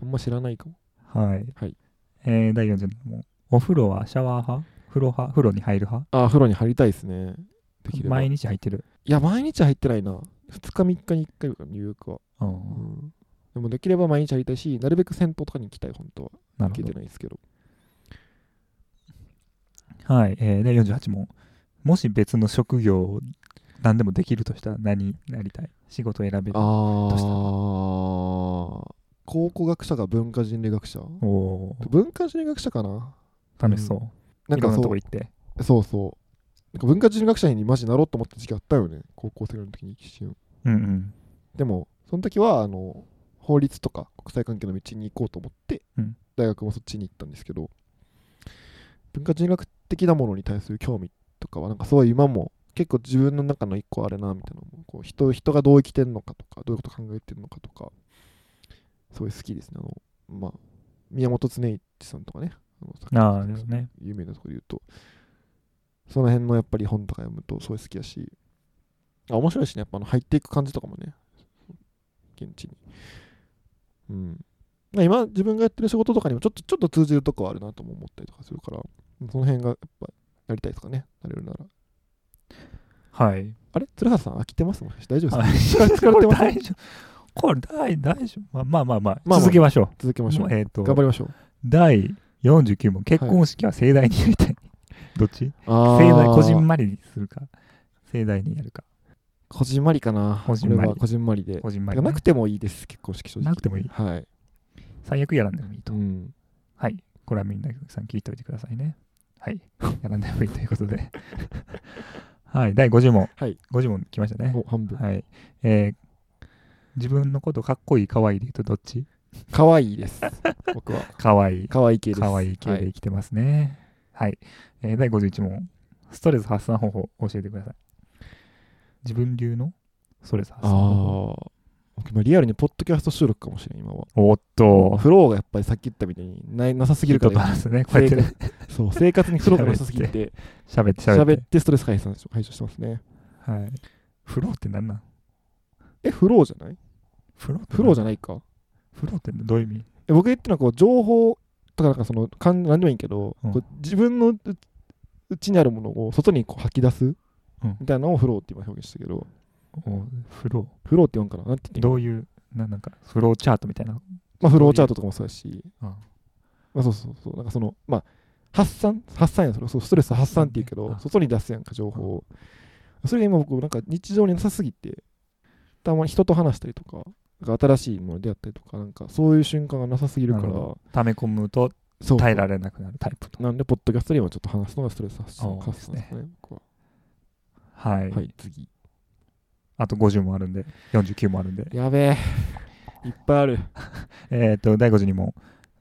あんま知らないかも
はい、
はい
えー第47問お風呂はシャワー派風呂派風呂に入る派
あ風呂に入りたいですねできれば
毎日入ってる
いや、毎日入ってないな。2日、3日に1回ぐらい、入浴は。
あー
うんでも、できれば毎日入りたいし、なるべく銭湯とかに行きたい、本当は。
な
行け
る
て
ほ
ないですけど。
どはい、えー第48問もし別の職業を何でもできるとしたら何になりたい仕事選べる
あ
うした
ー、考古学者か文化人類学者
おお
文化人類学者かな
ー楽しそう、
なん
いろ
か
んな
そ
とこ行って
う、そうそう。なんか文化人類学者にマジなろうと思った時期あったよね。高校生の時に一瞬。
うんうん
でも、その時は、あの、法律とか国際関係の道に行こうと思って、
うん
大学もそっちに行ったんですけど、文化人学的なものに対する興味とかは、なんかすごい今も結構自分の中の一個あれな、みたいなのもこう人、人がどう生きてるのかとか、どういうこと考えてるのかとか、すごい好きですね。あの、まあ、宮本常一さんとかね、あの作家
ああ
さん
ですね
有名なところで言うと、その辺のやっぱり本とか読むとすごい好きやし、あ面白いしね、やっぱあの入っていく感じとかもね、現地に。うん。まあ今、自分がやってる仕事とかにもちょっとちょっと通じるとこはあるなとも思ったりとかするから、その辺がやっぱやりたいですかね、なれるなら。
はい
あれ鶴橋さん飽きてますもん大丈夫ですか、
はい
[LAUGHS] 疲れてます
これ大丈夫これ大大丈夫まあまあまあ、
まあ
続けましょ
続け
う
ましょう。
えっ、と
頑張りましょう。
第49問結婚式は盛大にやりたい、どっち
あ
盛大こじんまりにするか盛大にやるか
こじんまりかな。
こじんまり
これはこじんまりで。
個人
だ
前
からなくてもいいです、結婚式正直。
なくてもいい
はい。
最悪やらんでもいいと。
うん。
はい。これはみんなさん聞いておいてくださいね。はい。 [LAUGHS] やらんでもいいということで。 [LAUGHS] はい。第50問。
はい。
50問来ましたね。
お半分。
はい。えー自分のことかっこいい、かわいいで言うとどっち
可愛い
[LAUGHS]
です。僕は。
かわいい。
可愛い系です。
かわいい系
は
で生きてますね。はい。えー第51問。ストレス発散方法教えてください。自分流のストレス発
あ
散方法。
あ。僕今リアルにポッドキャスト収録かもしれない、今は。
おっと。
フローがやっぱりさっき言ったみたいにないなさすぎる
人
か
と
ら、
話すね。こうやってね
そう生活にフローがなさすぎて、
喋って喋って。
喋ってストレス解散排除してますね。
はい。フローって何なん
え、フローじゃない
フローって
フロー
じ
じゃないか。
ゃフローってどういう意味
え僕が言ってるのはこう情報とかなんかそのかん何でもいいけど、
うん
こう自分のううちにあるものを外にこう吐き出す
うん
みたいなのをフローって今表現したけど、
おフロ
フローって言うんかななんて言
ー
ってんの
どういうななんかフローチャートみたいな、
まあフローチャートとかもそうだし、
うん
まあ、そうそうそうなんかそのまあ発散発散やんそれそうストレス発散って言うけど、
うん
外に出すやんか情報を、それが今僕なんか日常になさすぎてたまに人と話したりとかなんか新しいものに出会ったりとかなんかそういう瞬間がなさすぎるから
なるほ溜め込むと
そう
耐えられなくなるタイプと
なんで、ポッドキャストで今ちょっと話すのがストレス発
あ
散
ー
発散ですね。僕は
はい、
はい、次。
あと50もあるんで49もあるんで
やべえ。いっぱいある。
えっ、と第52問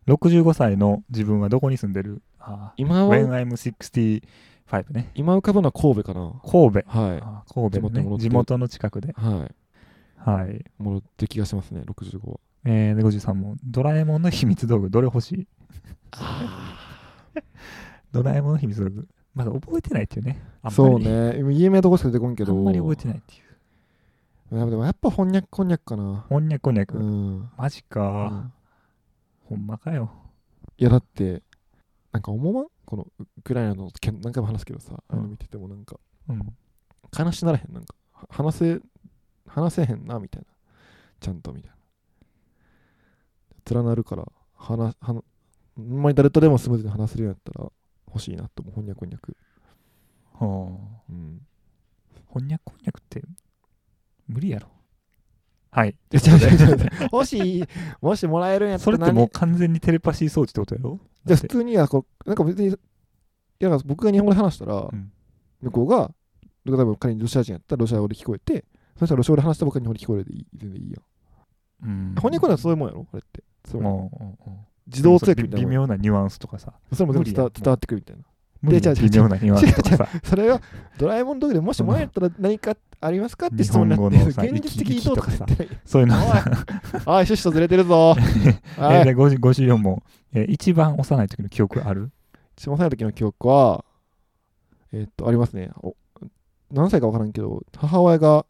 65歳の自分はどこに住んでるあ
今
ー
は
When I'm 65ね
今浮かぶのは神戸かな。
神戸
はい。
あー神
地元に
戸の、
戻
ね、
って
地元の近くで
はい。
はい、
戻って気がしますね、65は。
えー、で53問ドラえもんの秘密道具どれ欲しい [LAUGHS] ドラえもんの秘密道具まだ覚えてないっていうねあんまり
そうね。今有名どこしか出てこんけ
あ
ど。
んまり覚えてないっていう
いやでもやっぱ翻訳こんにゃくかな。
こんにゃくこんにゃく、
うん。
マジ
う
か、
ん
ほんまかよ
いやだって、なんか思わんこのウクライナの件何回も話すけどさ、あ
うん
の見ててもなんか
うん
悲しならへん。なんかは話せ、話せへんなみたいな。ちゃんとみたいな。連なるから、話、はなほんまに誰とでもスムーズに話せるようになったら欲しいなと思う。翻訳翻訳。
はあ
うん。
[LAUGHS] こんにゃくこんにゃくって無理やろはい
え、違う違う違う違う。もし、もしもらえるんやった
そ
ら
れって
何、
もう完全にテレパシー装置ってことやろ
じゃあ
だ
普
って
通にはこう、なんか別に、いやだから僕が日本語で話したら、
ん
向こうが、例えば仮にロシア人やったらロシア語で聞こえて、そしたらロシア語で話したら僕が日本語で聞こえるでいい全然いいやん。
うん
翻訳はそういうもんやろあれって。そう
うん
や
うんうん
自動通訳みたい
微
なもんや。
妙なニュアンスとかさ
それも全部伝わ
無理やん
伝わってくるみたいな。
無理な
違う違う違う
微妙なニュアンスとかさ
それはドラえもんの時でもしもらえたら何かありますかって
日
質問
本
にな
語
ってる
のさ
現実的にどうとかさ。
そういうのさ
あい、趣旨とずれてるぞ。
[LAUGHS] え
は
ー
い。
で50 54問えー一番幼い時の記憶あ [LAUGHS] る
下さい時の記憶は、えーっと、ありますね。お何歳か分からんけど、母親が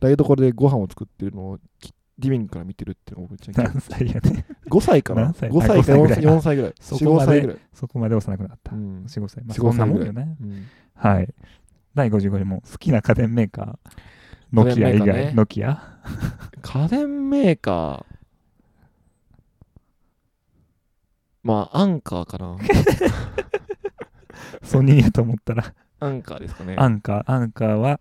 台所でご飯を作ってるのをきリビングから見てるっていうのを覚えてない。
[LAUGHS] 何歳やね
5歳かな
何歳
?5 歳か
あ5歳ぐらい
4歳ぐらい。
そ
4、
こ
5
まで
歳ぐらい。
そこまで幼くなった
うん
45歳まあ
45
そんなもんよね
うん
はい第55問好きな家電メーカーノキア以
家電メーカーね
外ノキア
家電メーカー。まあ、アンカーか
[LAUGHS]
な。
ソニーやと思ったら、
アンカーですかね。
アンカー、アンカーは、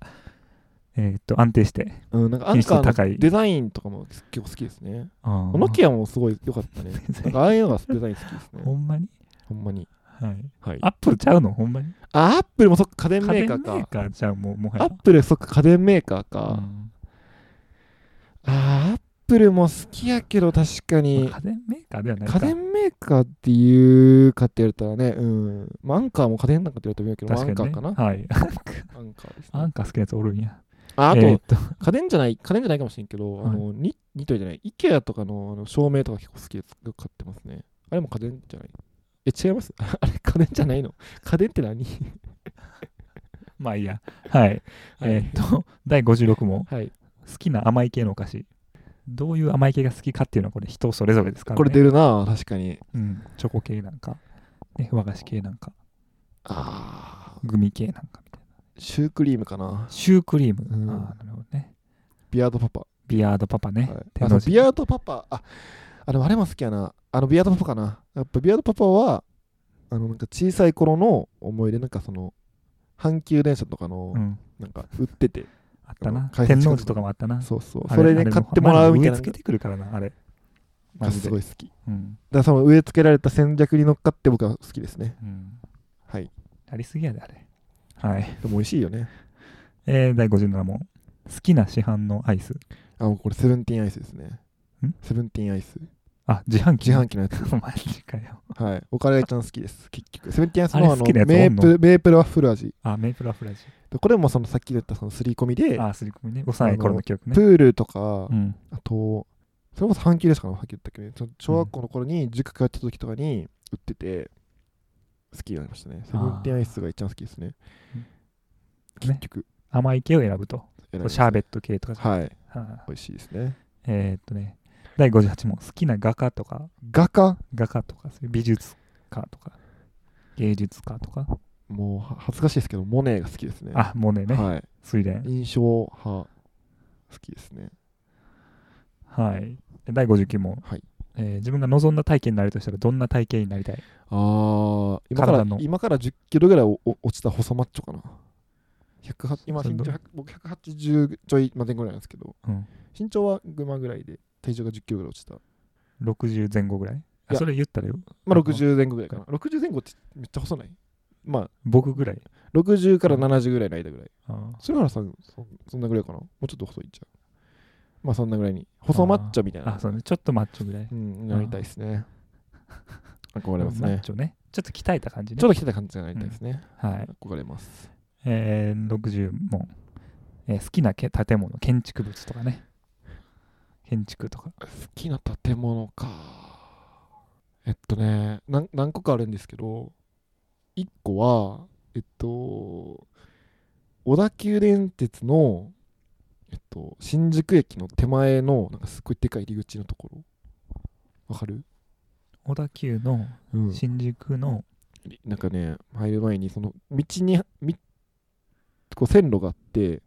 えーっと、安定して。
うん、なんかアンカ
品質高
ー
い
のデザインとかも結構好きですね。
あ
ノキアもすごい良かったね。なんかああいうのがデザイン好きです
ほ
ね。
んまに
[LAUGHS] ほんまに。
はい。
はい。
アップルちゃうのほんまに
あ、アップルもそっか家
家
電メー
電
カー
メー
か。
カーちゃう、もう、もは
ア
や
ッ。プルそっか家電メーカー
う
か。
ん
あーアップルも好きやけど確かに。
家電メーカーではない
家
か。
電メーカーっていうかって言われたらね、うん。まあ、アンカーも家電なんかって言われてもいいけど、まあアン
確
カ
かに、
ー
ね。
かな。
はい。
[LAUGHS] アンカーですね
アンカー好きなやつおるんや。
ああと、
えーっと、 [LAUGHS]
家電じゃない、家電じゃないかもしれんけど、
はい
あの、ニニトリじゃない、イケアとかのあの照明とか結構好きです。よく買ってますね。あれも家電じゃない。え、違います [LAUGHS] あれ家電じゃないの家電って何 [LAUGHS]
まあいいや。はい。えーっと、 [LAUGHS] 第56問。
はい。
好きな甘い系のお菓子。どういう甘い系が好きかっていうのはこれ人それぞれですからね。
これ出るな確かに。
うん。チョコ系なんか、ね、和菓子系なんか、
ああ。
グミ系なんかみたい
シュークリームかな
な。シュークリーム。
うん
ああ、なるほどね。
ビアードパパ。
ビアードパパね。
はい、
天
あ
王
の
寺
ビアードパパ、あ、あの、あれも好きやな。あの、ビアードパパかな。やっぱビアードパパは、あの、なんか小さい頃の思い出、なんかその、阪急電車とかの
う、ん。
なんか売ってて、
あったな。
開
天
発
王寺とかもあったな。
そうそう。
あれ
それで買ってもらうみたい
あれの方まだ植え
な
付けてくるからな、あれ。マ
が。
ジです
ごい好き。だか
うん。
らその植え付けられた戦略に乗っかって僕は好きですね。
うん
はい。
ありすぎやで、あれ。はい。
でも美味しいよね。
えー、第57問。好きな市販のアイス。
あ、もうこれセブンティーンアイスですね。セブンティーンアイス。
あ、自販機。
自販機のやつ。
機。 [LAUGHS] マジかよ。
はい。おからがちゃん好きです。結局。セブンティーンアイス
あれ
のあの
好きなやつ
メ
おん
ー
の
プル、メープルワッフル味。
あ、メイプルアフラジ。
でこれもそのさっき言ったそのすり込みで、
あ、すり込みね。幼い頃の記憶ね
プ。ールとか
う、ん。
あと、それこそ半切れしかな、さっき言ったっけど、その小学校の頃に塾通ってた時とかに売ってて、好きになりましたね。セブンティーンアイスが一番好きですね。結局、
甘い系を選ぶと。
選び
そう
まし
シ
た
ャーベット系とかじゃ。
はい。
はあ
美味しいですね。
えーっとね。第58問。好きな画家とか、
画家
画家とか、そういう美術家とか、芸術家とか。
もうは恥ずかしいですけど、モネが好きですね。
あ、モネね。
はい。
水蓮。
印象派、好きですね。
はい。第59問、
はい
えー自分が望んだ体型になるとしたらどんな体型になりたい
ああ、今か
体
ら
の
今から10キロぐらいおお落ちた細マッチョかな。108今
それ
身
ど
長100僕180ちょいまでぐらいなんですけど、
うん
身長は群馬ぐらいで体重が10キロぐらい落ちた。
?60 前後ぐらい
い
あ
や
それ言ったらよ。
まあ60前後ぐらいかな。60前後ってめっちゃ細ないま
僕ぐらい。
あ60から70ぐらいの間ぐらい。
あー
鶴原さんそ、そんなぐらいかな。もうちょっと細いんちゃう。まあそんなぐらいに。細マッチョみたい
あ
な。
そうね。ちょっとマッチョぐらい。
うん、なりたいですね。憧れます
マッ
ね。
チョね。ちょっと鍛えた感じね。
ちょっと来てた感じがなりたいですね。
はい。
憧れます。
えー、60問、えー好きなけ建物、建築物とかね。建築とか。
好きな建物かえっとねなん何個かあるんですけど1個はえっと小田急電鉄のえっと新宿駅の手前のなんかすっごいでかい入り口のところわかる、
小田急の
うん
新宿の、
なんかね入る前にその道にみこう線路があって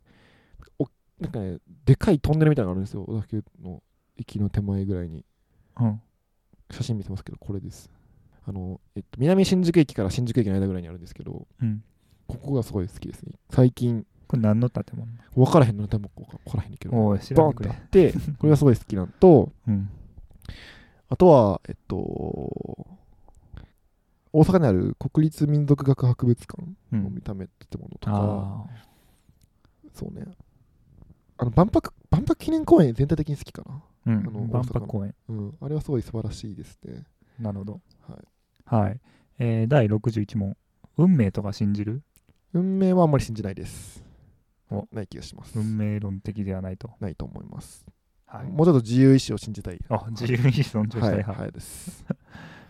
おなんかねでかいトンネルみたいなのがあるんですよ小田急の駅の手前ぐらいに
うん、
写真見てますけどこれですあの、えっと、南新宿駅から新宿駅の間ぐらいにあるんですけど
うん。
ここがすごい好きですね最近
これ何の建物
分からへんの多分こここらへんにけど
おい、知ら
バーン
な
っ
く
てあ
れ。
ってこれがすごい好きなのと
うん。
あとはえっと大阪にある国立民族学博物館
う
の
ん、
見た目建物とか、
あ
そうねあの万博万博記念公園全体的に好きかな、
あー。
あ
う
の
ん。万
大阪
博
の
公園。
うん、あれはすごい素晴らしいですね
なるほど。
はい
はい。えー第61問。運命とか信じる
運命はあんまり信じないです
お
ない気がします
運命論的ではないと。
ないと思います
はい。
もうちょっと自由意志を信じたい。
あ、自由に尊重した
はいい、
派。
はいです。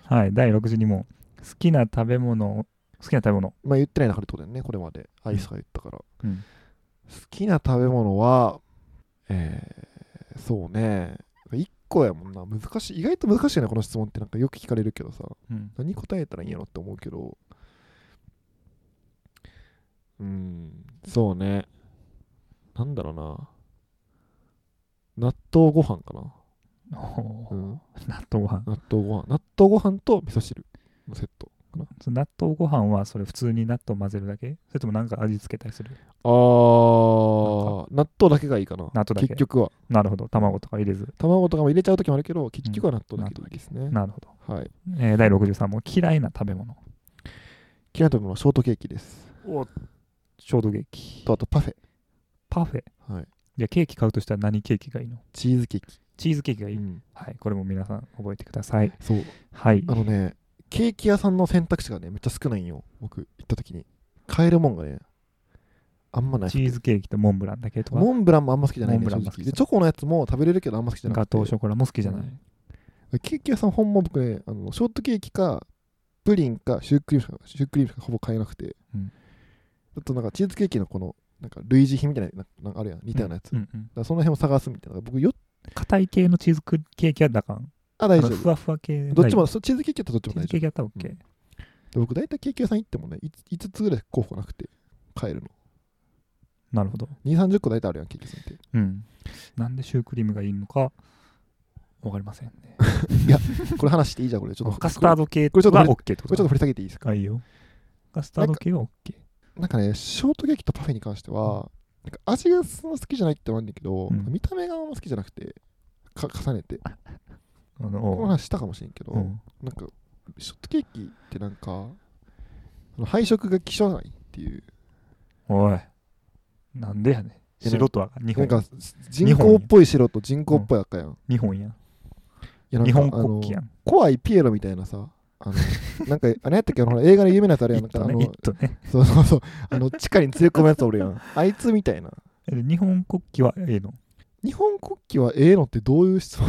はい、第62問。好きな食べ物、好きな食べ物。
まあ言ってないな、ハルトだよね、これまで。アイスが言ったから。
うん
好きな食べ物は、えー、そうね。一個やもんな。難しい。意外と難しいよね、この質問って。なんかよく聞かれるけどさ。
うん。
何答えたらいいんやろって思うけど。うん、そうね。なんだろうな。納豆ご飯かな。う
おー
ん、
[LAUGHS] 納豆ご飯。
納豆ご飯。納豆ご飯と味噌汁のセット。
その納豆ご飯は、それ普通に納豆混ぜるだけそれともなんか味付けたりする
あー納豆だけがいいかな
納豆だけ
結局は
なるほど。卵とか入れず。
卵とかも入れちゃう時もあるけど結局は納豆だけでいいですね、
なるほど。
はい
えー第63問。嫌いな食べ物。
嫌いな食べ物はショートケーキです
おショートケーキ。
とあとパフ
パフェ。
ェ、はい、
じゃあケーキ買うとしたら何ケーキがいいの
チーズケーキ、
チーズケーキがいい、
うん
はい。これも皆さん覚えてください。
そう
はい。
あのねケーキ屋さんの選択肢がねめっちゃ少ないんよ僕行った時に買えるもんがねあんまない
チーズケーキとモンブランだけとか、
モンブランもあんま好きじゃない
モ
ね
ンブラ
正
ンも好き
直でチョコのやつも食べれるけどあんま好きじゃな
ガ
く
トー
て
ショコラも好きじゃない。
ケーキ屋さんほんま僕ねあのショートケーキかプリンかシュークリームしかシュークリームしかほぼ買えなくて、
うん
あとなんかチーズケーキのこのなんか類似品みたいななんかなんかあるやん似たようなやつ、
う
だか
んうん
らその辺を探すみたいな僕よ
硬い系のチーズクケーキはだかん。
あ大
あ
丈
の
夫
ふわふわ系。
どっち
大丈夫
もそうチーズケーキやったらどっち
チ
も
ー
大丈夫
ズケーキやったら OK。
うんで僕大体ケーキ屋さん行ってもね 5, つぐらい候補なくて買えるの
なるほど。
2 3 0個大体あるやんケーキ屋さんって
うん。なんでシュークリームがいいのか、わかりませんね。
これ話していいじゃんこれちょっと
カスター
ド
ド系は
これちょっと
OK って
こ
こ
れちょっ
と
と
だ
掘り下げていいですか
あいいよ。カスタード系は OK。
なんかねショートケーキとパフェに関してはなんか味がそんな好きじゃないってのもあるんだけど、
うん
なんか見た目があんま好きじゃなくてか重ねて
あ
この
の
話したかもしれんけど、
おううん
なんかショートケーキってなんかその配色が希少ないっていう
おいなんでやねん
え
白とは日
な
本
んか人工っぽい白と人工っぽい赤やん,、
日本やん
いやなんか
日本国旗
あ
や
の
ん
コアイピエロみたいなさあの [LAUGHS] なんかあれやったっけあのほら映画で有名なやつあれやんなんかあ
と
の
ね一とね
そうそうそうあの地下に連れ込むやつおるや
[LAUGHS]
んあいつみたいな
えで日本国旗は
[LAUGHS]
ええの
日本国旗はええのってどういう質問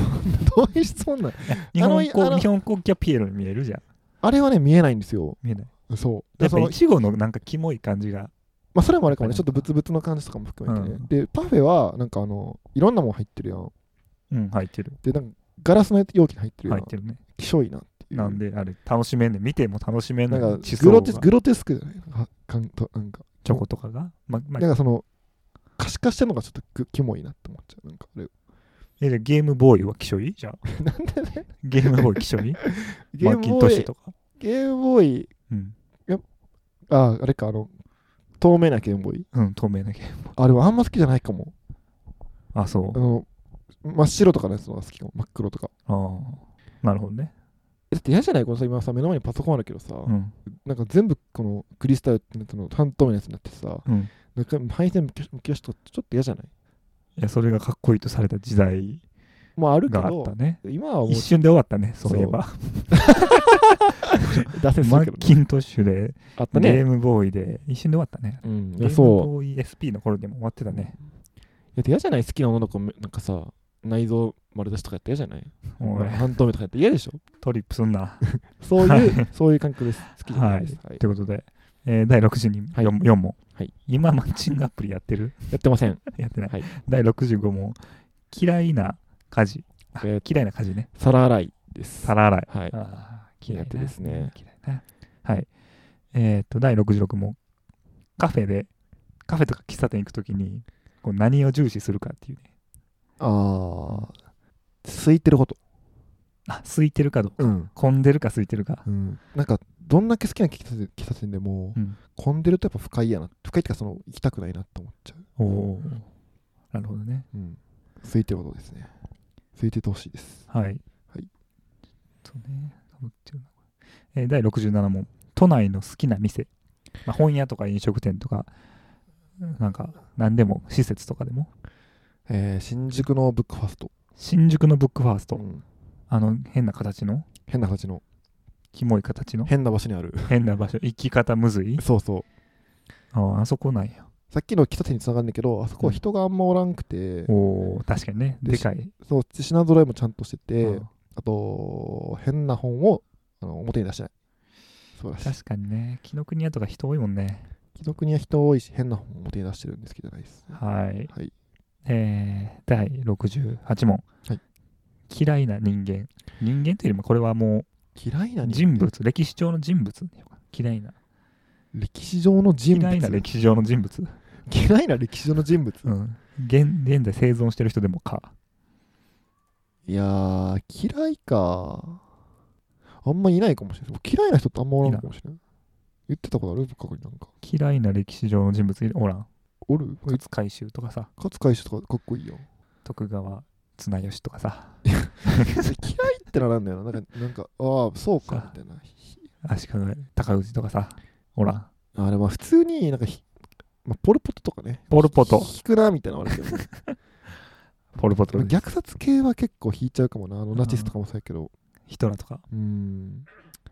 [LAUGHS] どういう質問なん
日本
あの
国日本国旗はピエロに見えるじゃん
あれはね見えないんですよ
見えない
そう
や
で
っ
そ
ぱ
の
いちごのなんかキモい感じが
まあそれもあれかもね
や
ちょ
っ
っと
ぱ
ブ
りなんか
ツブツの感じとかも含めてね、
うん
でパフェはなんかあのいろんなもん入ってるやん
うん入ってる
でなんかガラスの容器に入ってるや
入
ん
ってるね
きしょいなっていう
なんであれ楽しめんねん見ても楽しめん
な
ね
ん
ん
か
思
グロ
想
テ
が
グロテスクじゃないはかんとなんか
チョコとかがまま
なんかその可視化してるのがちょっとくキモいなって思っちゃうなんかあれ
えじゃあゲームボーイは希少い
[LAUGHS]
じゃあ
なんでね
ゲームボーイ希少い
ゲ
マ
ー
ッキン
ムボ
トッシ
ー
ュ
イ
とか
ゲームボーイ
うん
ああれかあの透明なゲームボーイ
うん透明なゲーム
あれはあんま好きじゃないかも
あそ
あ
う
の真っ白とかのやつの方が好きかも真っ黒とか
ああなるほどね
えだって嫌じゃないこのさ今さ目の前にパソコンあるけどさ、
うん
なんか全部このクリスタルってやつの半透明のやつになってさ
うん
なんか配線むきむき出しとかちょっと嫌じゃない
いやそれがかっこいいとされた時代
まああるけ
があっ
ど
たね
今はもう
一瞬で終わったねそういえば
出
[LAUGHS]
せ
マッキントッシュで
あった
ゲ
ね
ームボーイで一瞬で終わったね
うんい
ゲー
や
ム
そう
ボーイ SP の頃でも終わってたね
だって嫌じゃない好きな女の子めなんかさ内臓丸出しとかやったら嫌じゃない
おい
なんか半透明とかやったら嫌でしょ
トリップすんな
そういうそういう感覚です好きじゃ
は
ない
い
です、はい
ということで、えー第62、
はい
4, 4問、
はい
今マッチングアプリやってる [LAUGHS]
やってません
やってない、
はい
第65問嫌いな家事、あ
え
嫌いな家事ね
皿洗いです
皿洗い、
はい
あー
苦手ですね
嫌いなはいえっ、と第66問カフェでカフェとか喫茶店行くときにこう何を重視するかっていうね
あー空いてること
あ空いてるかどうか
うん、
混んでるか空いてるか
なんかどんだけ好きな喫茶店喫茶店でも、
うん
混んでるとやっぱ不快やな深いっていうかその行きたくないなって思っちゃう、
おおーなるほどね
うん、空いてることですね空いててほしいです
はい。
はい
そうね。被ってるなこれえー第67問。都内の好きな店。まあ、本屋とか飲食店とか、なんか、何でも、施設とかでも。
えー新宿のブックファースト、
新宿のブックファース
う
ト。
ん
あの、変な形の、
変な形の
キモい
[LAUGHS]
形の、
変な場所にある
変な場所、行き方むずい。
そうそう
ああ、あそこなんや。
さっきの喫茶店につながるんだけどあそこは人があんまおらんくて、
おお確かにね。でかい。
そう品揃えもちゃんとしてて、
ああ
あと変な本をあの表に出してないそうらしい
確かにね。紀ノ国屋とか人多いもんね。
既読には人多いし変な本を表に出してるんですけどないです
はい。
はい
えー第68問。
はい
嫌いな人間。人間というよりも、これはもう、
嫌いな
人物歴史上の人物嫌いな
歴史上の人物
嫌いな歴史上の人物、
[LAUGHS] 嫌いな歴史上の人物
うん、現現在生存してる人でもか
いやー嫌いかあんまいないかもしれない嫌いな人ってあんまおらんかもしれない言ってたことある過去になんか
嫌いな歴史上の人物いるおらん
おる
勝海舟とかさ
勝海舟とかかっこいいよ
徳川綱吉とかさ
嫌いってならんだよななんかなんかああそうかみたいな
足利尊氏とかさおらん
あれまあ普通になんかひ、まあ、ポルポトとかね
ポル・ポト
引くなみたいなのはあるけど [LAUGHS]
ポル・ポトです
虐殺系は結構引いちゃうかもなあのナチスとかもそうやけど
ヒトラーとか
うん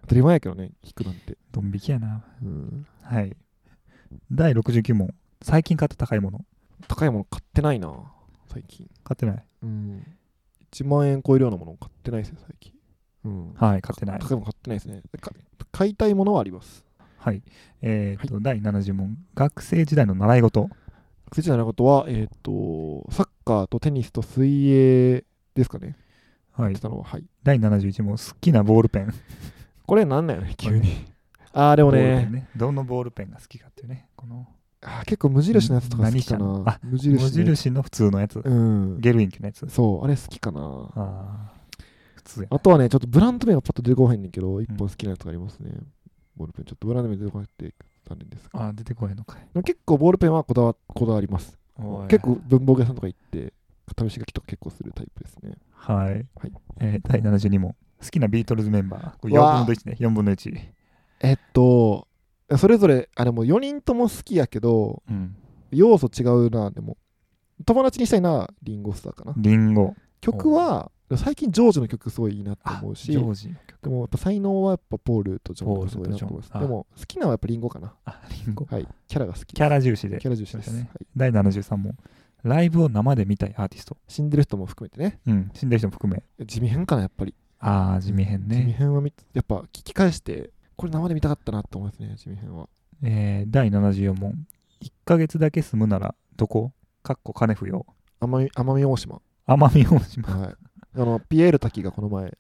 当たり前やけどね引くなんて
ドン引きやな
うん
はい第69問最近買った高いもの
高いもの買ってないな最近
買ってない
うん1万円超えるようなものを買ってないですよ最近うん
はい買ってない
高いもの買ってないですねか買いたいものはあります
はいえー、っと、第70問学生時代の習い事
口じゃないことはえっ、とサッカーとテニスと水泳ですかね
は
や
い
ってたのははい
第71問好きなボールペン
これなんなんやね急にああでも
ボールペ
ね
ンねどのボールペンが好きかっていうねこの
あー結構無印のやつとか好きか
何社の
な
あ
無
無
印のやつ
印の普通のやつ、
うん
ゲルインキのやつ
そうあれ好きかな
あー普通や
あとはね、ちょっとブランド名がパッと出てこないんだけど、一本好きなやつがありますね。ボールペン。ちょっとブランド名出てこなくて残念ですが。
あー出てこへんのかい
でも結構ボールペンはこだわこだわります。
おい
結構文房具屋さんとか行って試し書きとか結構するタイプですね
は
は
い、
い
えー第72問好きなビートルズメンバーこれ
うわー
4分の1ね4分の1
えっとそれぞれあれも4人とも好きやけど
うん
要素違うなでも友達にしたいなリンゴスターかな
リンゴ
曲は最近ジョージの曲すごいいいなって思うし
ジョージの曲
でもやっぱ才能はやっぱポールとジョンがすごいなと思います
ポールとジョンあ
でも好きなのはやっぱリンゴかな
あリンゴ
はいキャラが好き
キャラ重視で
キャラ重視です、
そうでしたね
はい
第73問ライブを生で見たいアーティスト、
死んでる人も含めてね
うん、死んでる人も含め
地味編かなやっぱり
ああ地味編
地味
ね、
編は見てやっぱ聞き返してこれ生で見たかったなと思いますね地味編は
えー第74問1ヶ月だけ住むならどこかっこ金不要
奄美奄美大島
奄美大島、
はいあのピエール滝がこの前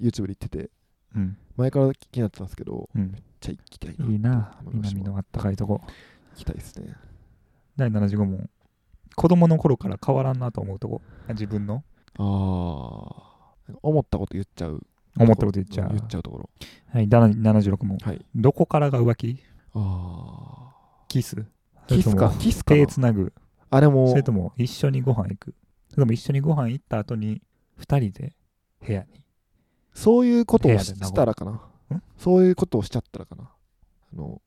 YouTube で言ってて
うん
前から気になってたんですけど
うん、
めっちゃ行きたいない
いな
奄美大島
南のあったかいとこ
行きたいですね
第75問子供の頃から変わらんなと思うとこ自分の
ああ思ったこと言っちゃう
思ったこと言っちゃう
言っちゃうところ
はい、だな76問
はい
どこからが浮気
ああ
キス
キスか
それとも
キスか
手つなぐ
あれも
それとも一緒にご飯行くそれとも一緒にご飯行った後に2人で部屋に
そういうこと
部
を
屋で
し
名古屋
したらかな
うん
そういうことをしちゃったらかなあの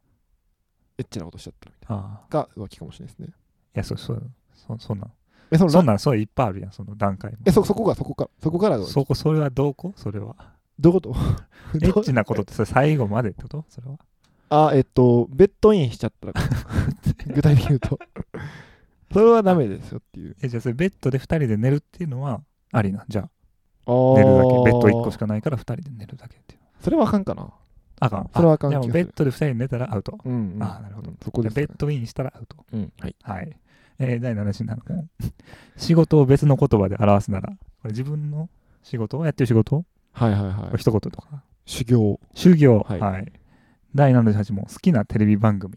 エッチなことしちゃったらみたい
ああ
なが浮気かもしれないですね
いやそうそうそそんなん
えその
そんなんそういっぱいあるやんその段階も
えそそこがそこからそこからが浮気
そこそれはどうこそれは
どういうこと [LAUGHS]
エッチなことってそれ最後までってことそれは
あえっとベッドインしちゃったら
[LAUGHS]
かな具体的に言うとそれはダメですよっていう
えじゃあそれベッドで2人で寝るっていうのはありなじゃあ
寝
[LAUGHS] 寝るだけベッド1個しかないから2人で寝るだけっていう
それはあかんかな
あかん
それはあかん
でも
気がす
ベ
る
ッドで2人で寝たらアウト、
うん、うん
ああなるほど、
そこ
じ
で
ゃあ
す
ベ
ね
ッドインしたらアウト
うんはい
はい。えー第77問。 [LAUGHS] 仕事を別の言葉で表すなら、これ自分の仕事をやってる仕事、
はいはいはい
一言とか。
修行
修行、は、
はいい
第78問。好きなテレビ番組。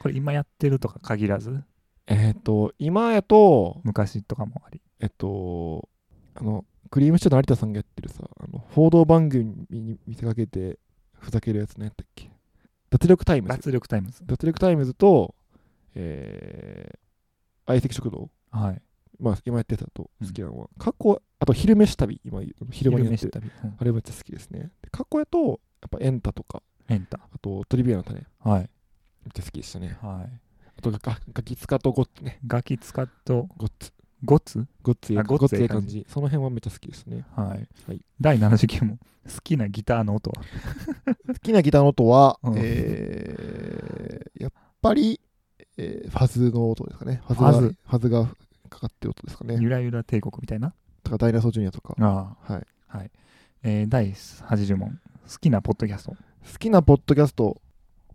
これ今やってるとか限らず、
えっ、と今やと
昔とかもあり。
えっと、あの、クリームシチューの有田さんがやってるさ、あの報道番組に見せかけてふざけるやつねやったっけ脱力タイムズ。
脱力タイムズ。
脱力タイムズと、えー、相席食堂、
はい。
まあ、今やってたと
うん
好きなのは、過去、あと昼飯旅、今、昼間にやって
飯
る。
旅。うん
あれめっちゃ好きですね。で過去やと、やっぱエンタとか、
エンタ。
あとトリビアの種、めっ
はい。
ちゃ好きでしたね。
はい。
あと、ガガガキツカとゴッツね。
ガキ使っと、
ゴッツ。
ゴツ
ゴッツええ
あゴッツえ
ゴッ
え
ツええ感じ。その辺はめっちゃ好きですね。
はい。
はい
第79問。好きなギターの音は
好きなギターの音は、
うん
えーやっぱり、えーファズの音ですかね。ファズ
フ
が
ァズ
ファズがかかってる音ですかね。
ゆらゆら帝国みたいな。
とかダイナソージュニアとか。
ああ。
はい、
はい。えー第80問。好きなポッドキャスト。
好きなポッドキャスト、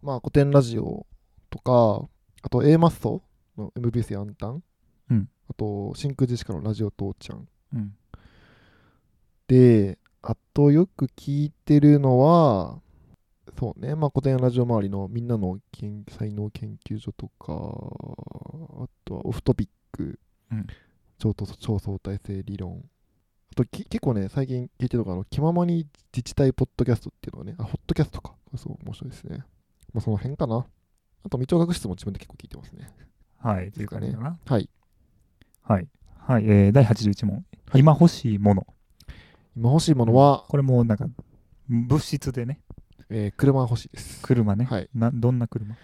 まあ、古典ラジオとか、あと A マッソの MBS ヤンタン、
うん
あと真空ジェシカのラジオ父ちゃん。
うん。
で、あとよく聞いてるのは、そうね、まあ、古典ラジオ周りのみんなの研才能研究所とか、あとはオフトピック、
うん
超と超相対性理論。あとき結構ね、最近聞いてるのが、あの気ままに自治体ポッドキャストっていうのはね、あ、ホットキャストか。これそう、面白いですね。まあ、その辺かな。あと、未聴覚室も自分で結構聞いてますね。
はい。とい
です
う
か
感
ね
じかな。
はい。
はい。はい。えー第81問。今欲しいもの。
今欲しいものは、
これもなんか、物質でね。
えー車が欲しいです。
車ね。
はい。
などんな車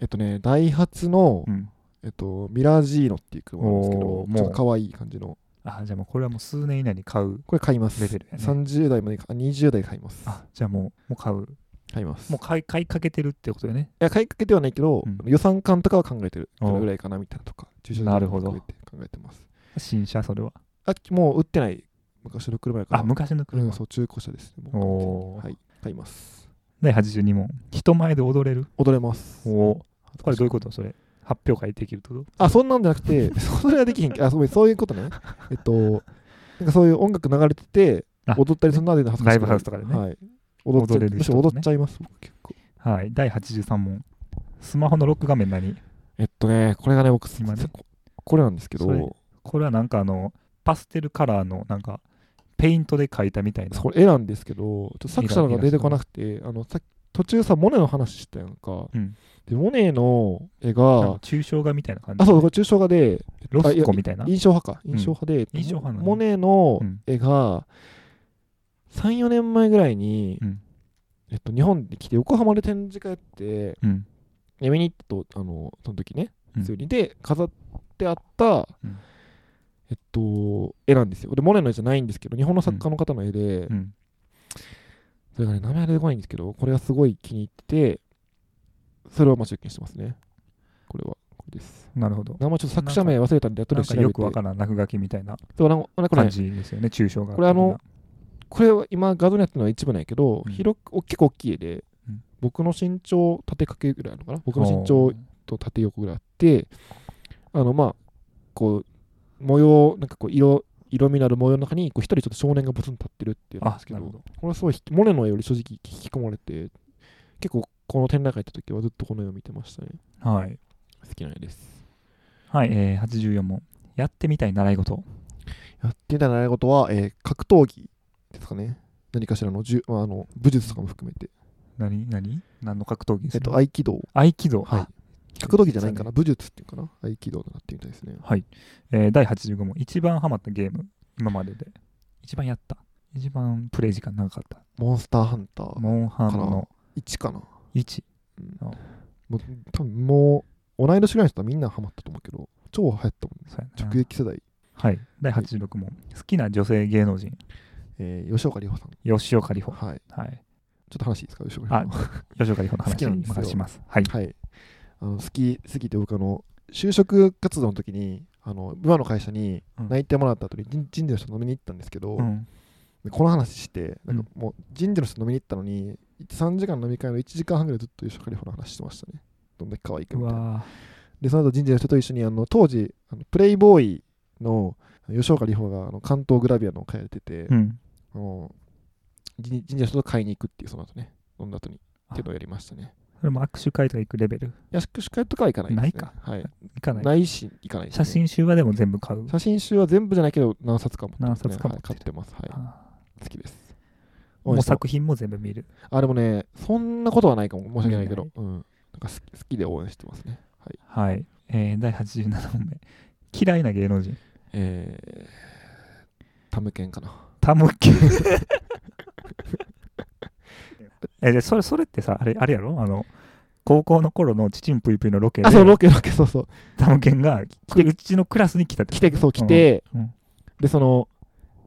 えっとね、ダイハツの、
うん。
えっと、ミラージーノっていう車なんですけど、
おー
ちょっ
もう
と可愛い感じの。
あ、じゃあもうこれはもう数年以内に買う
これ買います。
レベルやね。
30代までか、あ20代買います。
あ、じゃあもう、もう買う。
買います。
もう
い
買い、買いかけてるってことよね。
や、買いかけではないけど、
うん
予算感とかは考えてる。
お
どれぐらいかなみたいなとか、駐車
な
場
る
と
ほ
か
ど
含めて考えてます。
新車、それは。
あ、もう売ってない。昔の車やから。
あ、昔の
う
車。
ん、そう、中古車ですね。もう
おー
はい、買います。
第82問。人前で踊れる
踊れます。
おこれどういうことそれ。発表会できるってこと
あ、そんなんじゃなくて、 [LAUGHS] それはできへんけど、あ、そうそういうことね。えっと、なんかそういう音楽流れてて
あ、
踊ったりするのは全然恥ずかしくない
ライブハウスとかでね
はい。踊っちゃ
踊れる人
むしろ踊っちゃいます、僕結構。
はい。第83問。スマホのロック画面何
えっとね、これがね、僕、
今ね
ここれなんですけど、
それこれはなんかあのパステルカラーのなんかペイントで描いたみたいな
これ絵なんですけど、ちょっと作者のが出てこなくて、あのさっき途中さモネの話したやんか
うん。
でモネの絵
なん
が
か抽象画みたいな感じ。
あそうこれ抽象画で
ロスコみたいな。
印象派か
ん
印象派で、
印象派なの
モネの
うん
絵が34年前ぐらいに、
うん
えっと、日本に来て横浜で展示会やって
うん。
で見に行ったとあのその時ね
うん
普通にで飾ってあった、
うん
えっと絵なんですよでモネの絵じゃないんですけど日本の作家の方の絵で、
うん。
それがね名前が出てこないんですけどこれはすごい気に入っててそれをまあ出勤してますねこれはこれです
なるほど。
名前ちょっと作者名忘れたんで後
な
で
ん
調
か
べて
よくわからん落書きみたいな
そうなんかなんかね
感じですよね、抽象画。
これあの、これは今画像になってるのは一部なんやけど、
うん
広くお結構大きい絵で、
うん
僕の身長縦掛けぐらいあるのかな僕の身長と縦横ぐらいあってあのまあこう模様なんかこう色色味のある模様の中にこう一人ちょっと少年がボツン立ってるっていうのなん
あ
です、け
な
ど
るほど。
これはすごいひモネの絵より正直引き込まれて結構この展覧会行った時はずっとこの絵を見てましたね
はい。
好きな絵です
はい、えー、84問。やってみたい習い事。
やってた習い事は、えー格闘技ですかね何かしらのじゅ、まあ、あの武術とかも含めて、
何何何の格闘技です
えっ
か、
と、合気道
合気道。
はい
あ。
格闘技じゃないかな、武術っていうかな、合気道になってみたいですね。
はい。えー、第85問。一番ハマったゲーム。今までで。一番やった。一番プレイ時間長かった。
モンスターハンター
モンハンの
1かな。
1。
うん
あ
もう多分もう、同い年ぐらいの人はみんなハマったと思うけど、超流行ったもんね。
そうやな
直撃世代、
はい。第86問。好きな女性芸能人。
えー吉岡里帆さん。
吉岡里帆。
はい。
はい。
ちょっと話いいですか、吉岡
あ
里帆、
吉岡里帆の
好きな
話
ん
に
ですよ
今します。は
[LAUGHS]
い。
はい。あの好きすぎて、僕、あの、就職活動の時に、あの今の会社に
うん
内定もらった後に人人事の人飲みに行ったんですけど、
うん。
でこの話してなんかもう人事の人飲みに行ったのに3時間飲み会の1時間半ぐらいずっと吉岡里帆の話してましたねどんだけ可愛いか
う
みたいな
わ
でその後人事の人と一緒にあの当時あのプレイボーイの吉岡里帆があの関東グラビアの会やってて、
ーうん。
あの人人事の人と買いに行くっていうその後ね飲んだ後にっていうのをやりましたね
それも握手会とか行くレベル。
いや宿主会とかは行かないです、ね、
ないか
はい
行かない。
ないし行かないですね、
写真集はでも全部買う。
写真集は全部じゃないけど何冊か持ってます、ね、
何冊か持ってる
はい買ってますは
あ
い好きです
ーもう作品も全部見る。
あ、でもね、そんなことはないかも、申し訳ないけど
見、
うん、なんか好き好きで応援してますね。はい。
はい。えー、第87問目。嫌いな芸能人。
えー、タムケンかな。
タムケン。 [LAUGHS] え、で、それ、それってさ、あれ、あれやろあの、高校の頃のチチンプイプイのロケで
あ、、そう、ロケ、ロケ、そうそう。
タムケンが、うちのクラスに来たって
来て、そう、来て、
うんうん
で、その、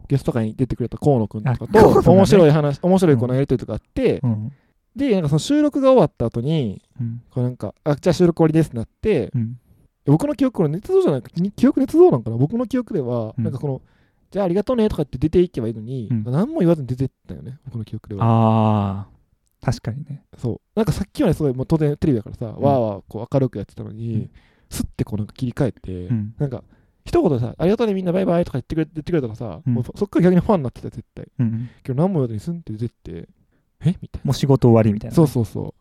ゲストとかに出てくれた河野くんとか
あ河
と、
野がね
面白い話、面白いこのやりとりとかあって、
うん。
で、なんかその収録が終わった後に、
うん。
こうなんか、あ、じゃあ収録終わりですってなって、
うん。
僕の記憶、これ、捏造じゃないに記憶捏造なんかな僕の記憶では、
うん
なんかこの、じゃあありがとうねとかって出ていけばいいのに、
うん
何も言わずに出てったよね、僕の記憶では。
ああ、確かにね。
そうなんかさっきまですごいもう当然テレビだからさ、わーわーこう明るくやってたのに、
うん
スッてこうなんか切り替えて、
うん。
なんか一言でさ「ありがとうねみんなバイバイ」とか言ってくれ言ってくれたらさ、
うん
もうそそっから逆にファンになってた絶対
うん。
今日何も言わずにスンって出てってえみたい
もう仕事終わりみたい
な
な。
そうそうそ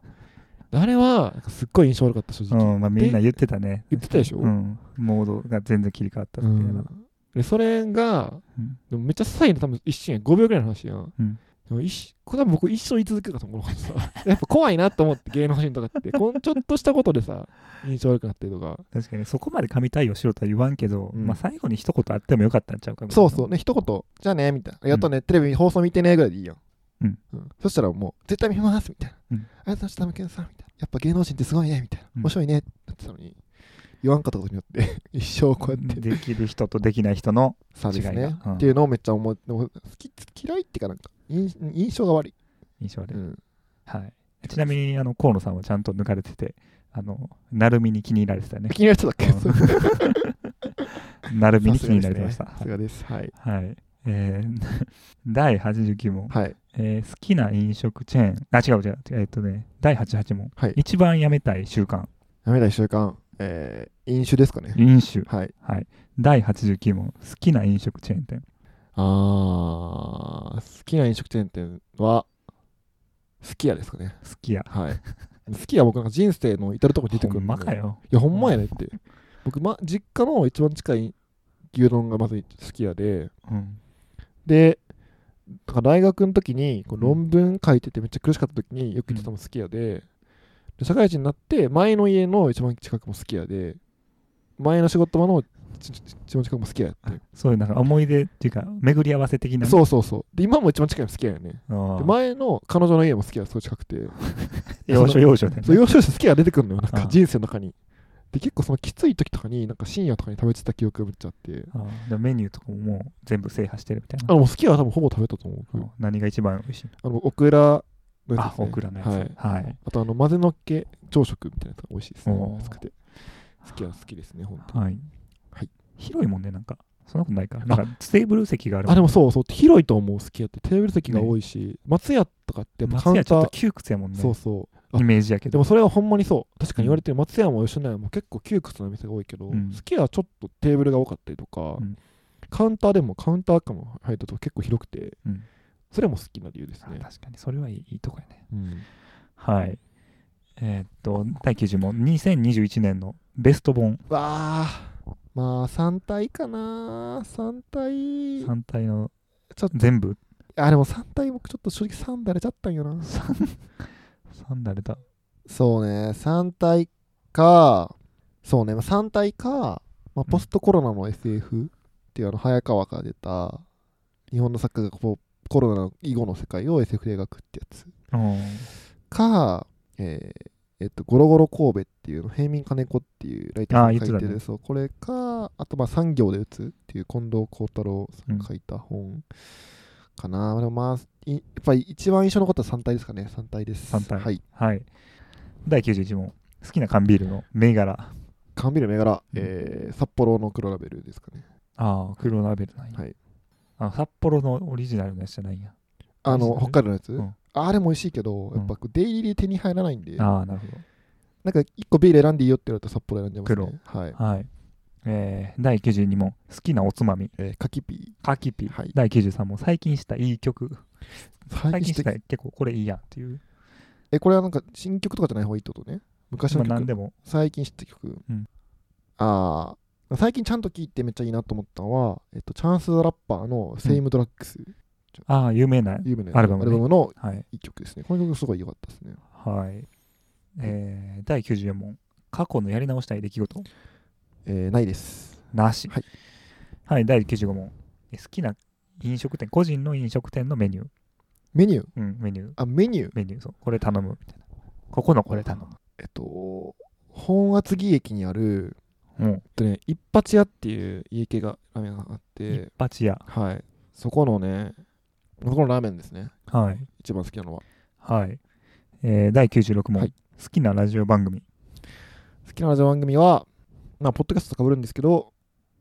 うあれはなんかすっごい印象悪かった正直、
うん。まあ、みんな言ってたね。
言ってたでしょ
うん。モードが全然切り替わったって
う
い
ん
うのが
でそれが
うん
でもめっちゃ些細な多分一瞬や5秒ぐらいの話やん、
うん
でも一これ多分僕一生言い続けるかと思うからさやっぱ怖いなと思って芸能人とかってこんちょっとしたことでさ印象悪くなってるとか
確かにそこまで神対応しろとは言わんけど、
うん
まあ最後に一言あってもよかったんちゃうかみたい
そ
な
うそうね一言「じゃあね」みたいな「ありがとうね、テレビ放送見てね」ぐらいでいいやん、
うん
そしたらもう「絶対見ます」みたいな「
うん
ありがとうございました玉健さん」みたいな「やっぱ芸能人ってすごいね」みたいな「
うん
面白いね」ってなってたのに言わんかったことによって [LAUGHS] 一生こうやって
できる人とできない人の
差です
違い
ね
が、うん
っていうのをめっちゃ思って好き嫌いっていうかなんか印印象が悪い、
印象で、
うん
はい、ちなみにあの河野さんはちゃんと抜かれててあの成海に気に入られてたね
気になってたっけ
うん
そうさ
成海に気
すが
に
です
入られてま
ね
した、
さすがですはい
はい、はいえー [LAUGHS] 第89問、
はい
えー好きな飲食チェーンあ違う違う違うえーっとね第88問、
はい
一番やめたい習慣
やめた1週間えー飲酒ですかね
飲酒
はい
はい第89問好きな飲食チェーン店
あー好きな飲食チェーン店はすき家ですかね
好きや
はい。
[LAUGHS]
好きは僕なんか人生の至るところに出てく
ほ
る
ん
ん
ま
で
かよ
いや、ほんまやねって。僕、ま、実家の一番近い牛丼がまず好きやで、
うん
で、だから大学の時にこう
う
論
ん
文書いててめっちゃ苦しかった時によく行ってたの好きやで,、で社会人になって前の家の一番近くも好きやで前の仕事場の一一番近くも好きやって
そういうなんか思い出っていうか巡り合わせ的なね
そうそうそうで今も一番近いの好きやよね
あ
で
ー
前の彼女の家も好きやすごい近くて
要所要所でね
そう要所要所好きが出てくるのよなん
あ
か
あ
人生の中にで結構そのきつい時とかになんか深夜とかに食べてた記憶がめっちゃあって
あーでメニューとかももう全部制覇してるみたい
あ
な
のもう好きは多分ほぼ食べたと思う、
うん何が一番美味しいの
あのオクラのやつ
あ
ですね
オクラのやつ
はい
はい
あとあの混ぜのっけ朝食みたいなやつが美味しいですね
おー
安くて好きは好きですね本当に
は
は
い。
い
広いもんね、なんか。そんなことないか。なんか、テーブル席がある
あで
も
も
ん。
そうそう広いと思う好きやってテーブル席が多いし、松屋とかってやっぱカウン
松屋ち
タ
ょっ
ー
と窮屈やもんね。
そうそうあ
イメージやけ
で
ど。
もそれはほんまにそう確かに言われてる松屋も吉野家も結構窮屈な店が多いけど、
うん
好きはちょっとテーブルが多かったりとか、
うん
カウンターでもカウンターかも入ると結構広くて
うん
それも好きな理由です
あ
ね、
確かに、それはいいいいとこやね。
うん
はい。えーっと、第90問、2021年のベスト本、
わあまあ3体かな3体
3体の
ちょっと
全部、
あでも3体僕ちょっと正直3だれちゃったんよな
3誰だ
そうね3体かそうね3体か、まあ、ポストコロナの SF っていうあの早川が出た日本の作家がこうコロナの以後の世界を SF で描くってやつ
うん。
か、えーえっと、ゴロゴロ神戸っていうの平民金子っていうライターさんが書い
あー言っててた
る、
ね
そうこれかあとまあ産業で打つっていう近藤幸太郎さんが書いた本かな、でもまあいやっぱり一番印象に残った3体ですかね3体です
三体
はい
はい。第91問、好きな缶ビールの銘柄。
缶ビール銘柄、えー札幌の黒ラベルですかね
ああ、黒ラベルなんや。
はい
あ札幌のオリジナルのやつじゃないんや。
あ
美味しい
の
ね
北海道のやつ、
うん
あれも美味しいけどやっぱこうデイリーで手に入らないんで、なんか
ああ、なるほど。
1個ビール選んでいいよって言われたら札幌選んじゃいますねはい、
はい。えー、第92問、好きなおつまみ、
えー、カキピ
カキピ。
ーはい
第93問、最近したいい曲。
最
最近
近し
した
て
い、結構これいいやんっていう。
えこれはなんか新曲とかじゃない方がいいってことね昔
ま
の
あ、
曲、
何でも。
最近知った曲、
うん
ああ最近ちゃんと聴いてめっちゃいいなと思ったのは、えっと、チャンス・ザ・ラッパーの「セイム・ドラッグス」
ああ、有名な。
有名な
アルバムね
の
はい。
一曲ですねこの曲すごい良かったですね
はい。えー、第94問、過去のやり直したい出来事。
えーないです
なし。
はい。
はい、第95問、え好きな飲食店、個人の飲食店のメニュー。
メニュー
うん、メニュー、
あメニュー
メニュー、そう。これ頼む。みたいな。ここのこれ頼
えっと本厚木駅にある、
む。も
えっとね、一発屋っていう家系がラーメン屋があっ
う、
て
一発屋。
はいそこのねそこのラーメンですね
はい。
一番好きなのは
はい。えー、第96問、
はい
好きなラジオ番組。
好きなラジオ番組は、まあ、ポッドキャストとかぶるんですけど、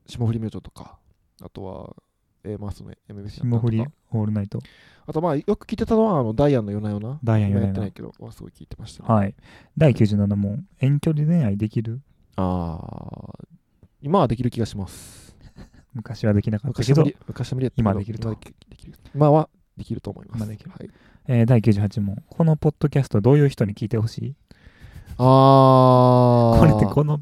霜降り明星とか、あとは、えー、まあ、その MBC
霜降り
とか、
オールナイト。
あと、まあ、よく聞いてたのは、あの、ダイアンの夜な夜な。
ダイアン
今
夜
や
な
ってな
夜ない
けど、はすごい聞いてましたね。
はい。第97問、遠距離恋愛できる
あー今はできる気がします。
昔はできなかった
昔
け
は無
ど、
理昔は無理やったけど
今できると
今はできできる今はできると思います。
今できる
はい、
えー第98問、このポッドキャストどういう人に聞いてほしい
あ
これって
こ
この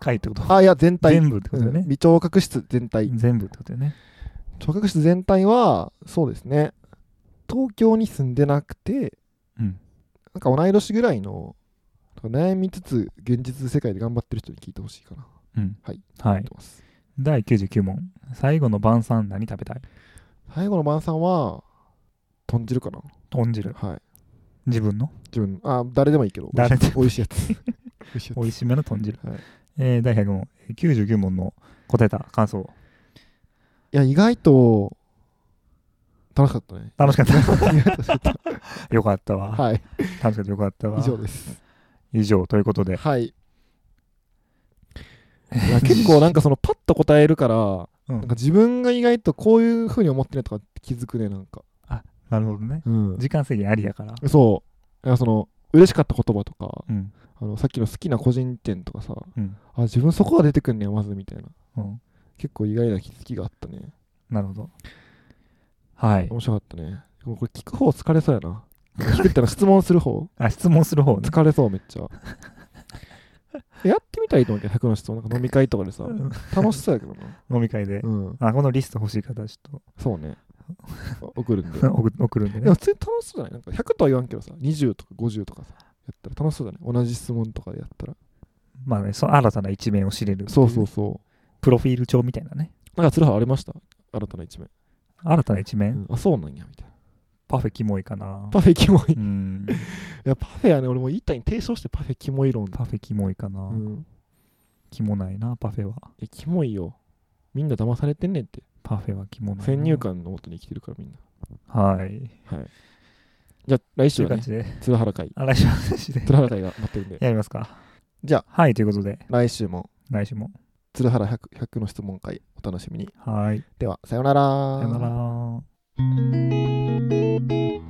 回ってこと
あ、いや、全体。
全部ってことだよ
うん
ね。
微聴覚室全体。
全部ってことだよね。
聴覚室全体は、そうですね。東京に住んでなくて、
うん。
なんか同い年ぐらいの悩みつつ現実世界で頑張ってる人に聞いてほしいかなと
うん。
はい。
は
思っ
い
て。ます、
第99問、最後の晩餐何食べたい
最後の晩さんは豚汁かな
豚汁。
はい
自分の
自分あ誰でもいいけど
誰で
美味しいや
[LAUGHS]
つ美味しいやつ
美味しめの豚汁。
はい
えー第100問、99問の答えた感想。
いや意外と楽しかったね
楽しかっ。
[LAUGHS] 意外と楽しかった
[LAUGHS] よかったわ。
たはい
楽しかったよかったわ。
以上です
以上ということで。
はいい [LAUGHS] や結構なんかそのパッと答えるから
うん
なんか自分が意外とこういうふうに思ってないとか気づくねなんか
なるほどね。
うん
時間制限ありやから。
そう。いやその嬉しかった言葉とか、
うん。
あのさっきの好きな個人店とかさ、
うん。
あ、自分そこが出てくんねや、まずみたいな。
うん。
結構意外な気づきがあったね。
なるほど。はい。
面白かったね。でもこれ聞く方疲れそうやな。聞くってのは質問する [LAUGHS] 方
あ、質問する方ね。 [LAUGHS]
疲れそう、めっちゃ。やってみたらいいと思うけど、100の質問。なんか飲 [LAUGHS] み会とかでさ、楽しそうやけどな。
飲み会で。
うん。
あ、このリスト欲しい方、ちょっと
そうね。送るんで。
[LAUGHS] 送送るんで
で
ね
も普通に楽しそうじゃないなんか100とは言わんけどさ、20とか50とかさ、やったら楽しそうじゃない同じ質問とかでやったら。
まあねその新たな一面を知れる
そうそううそ
プロフィール帳みたいなね
う。なんか、鶴原ありました新たな一面。
新たな一面、
うんあ、そうなんや、みたいな。
パフェキモいかな
パフェキモい。い
うん
や、パフェはね、俺も一体に提唱してパフェキモい論。
パフェキモいかな、
うん。
キモないなパフェは
え、キモいよ。みんな騙されてんねんって。
パフェはキモないな
先入観のもとに生きてるからみんな。
はい
はい。じゃあ来
とい
週
う
は、
感
ね、
じで
鶴原会。
あ来週の話で
鶴原会が待ってるんで。
やりますか
じゃあ
はいということで
来週も
来週も
鶴原 100, 100の質問会お楽しみに。
はい
では、さようなら。
さよなら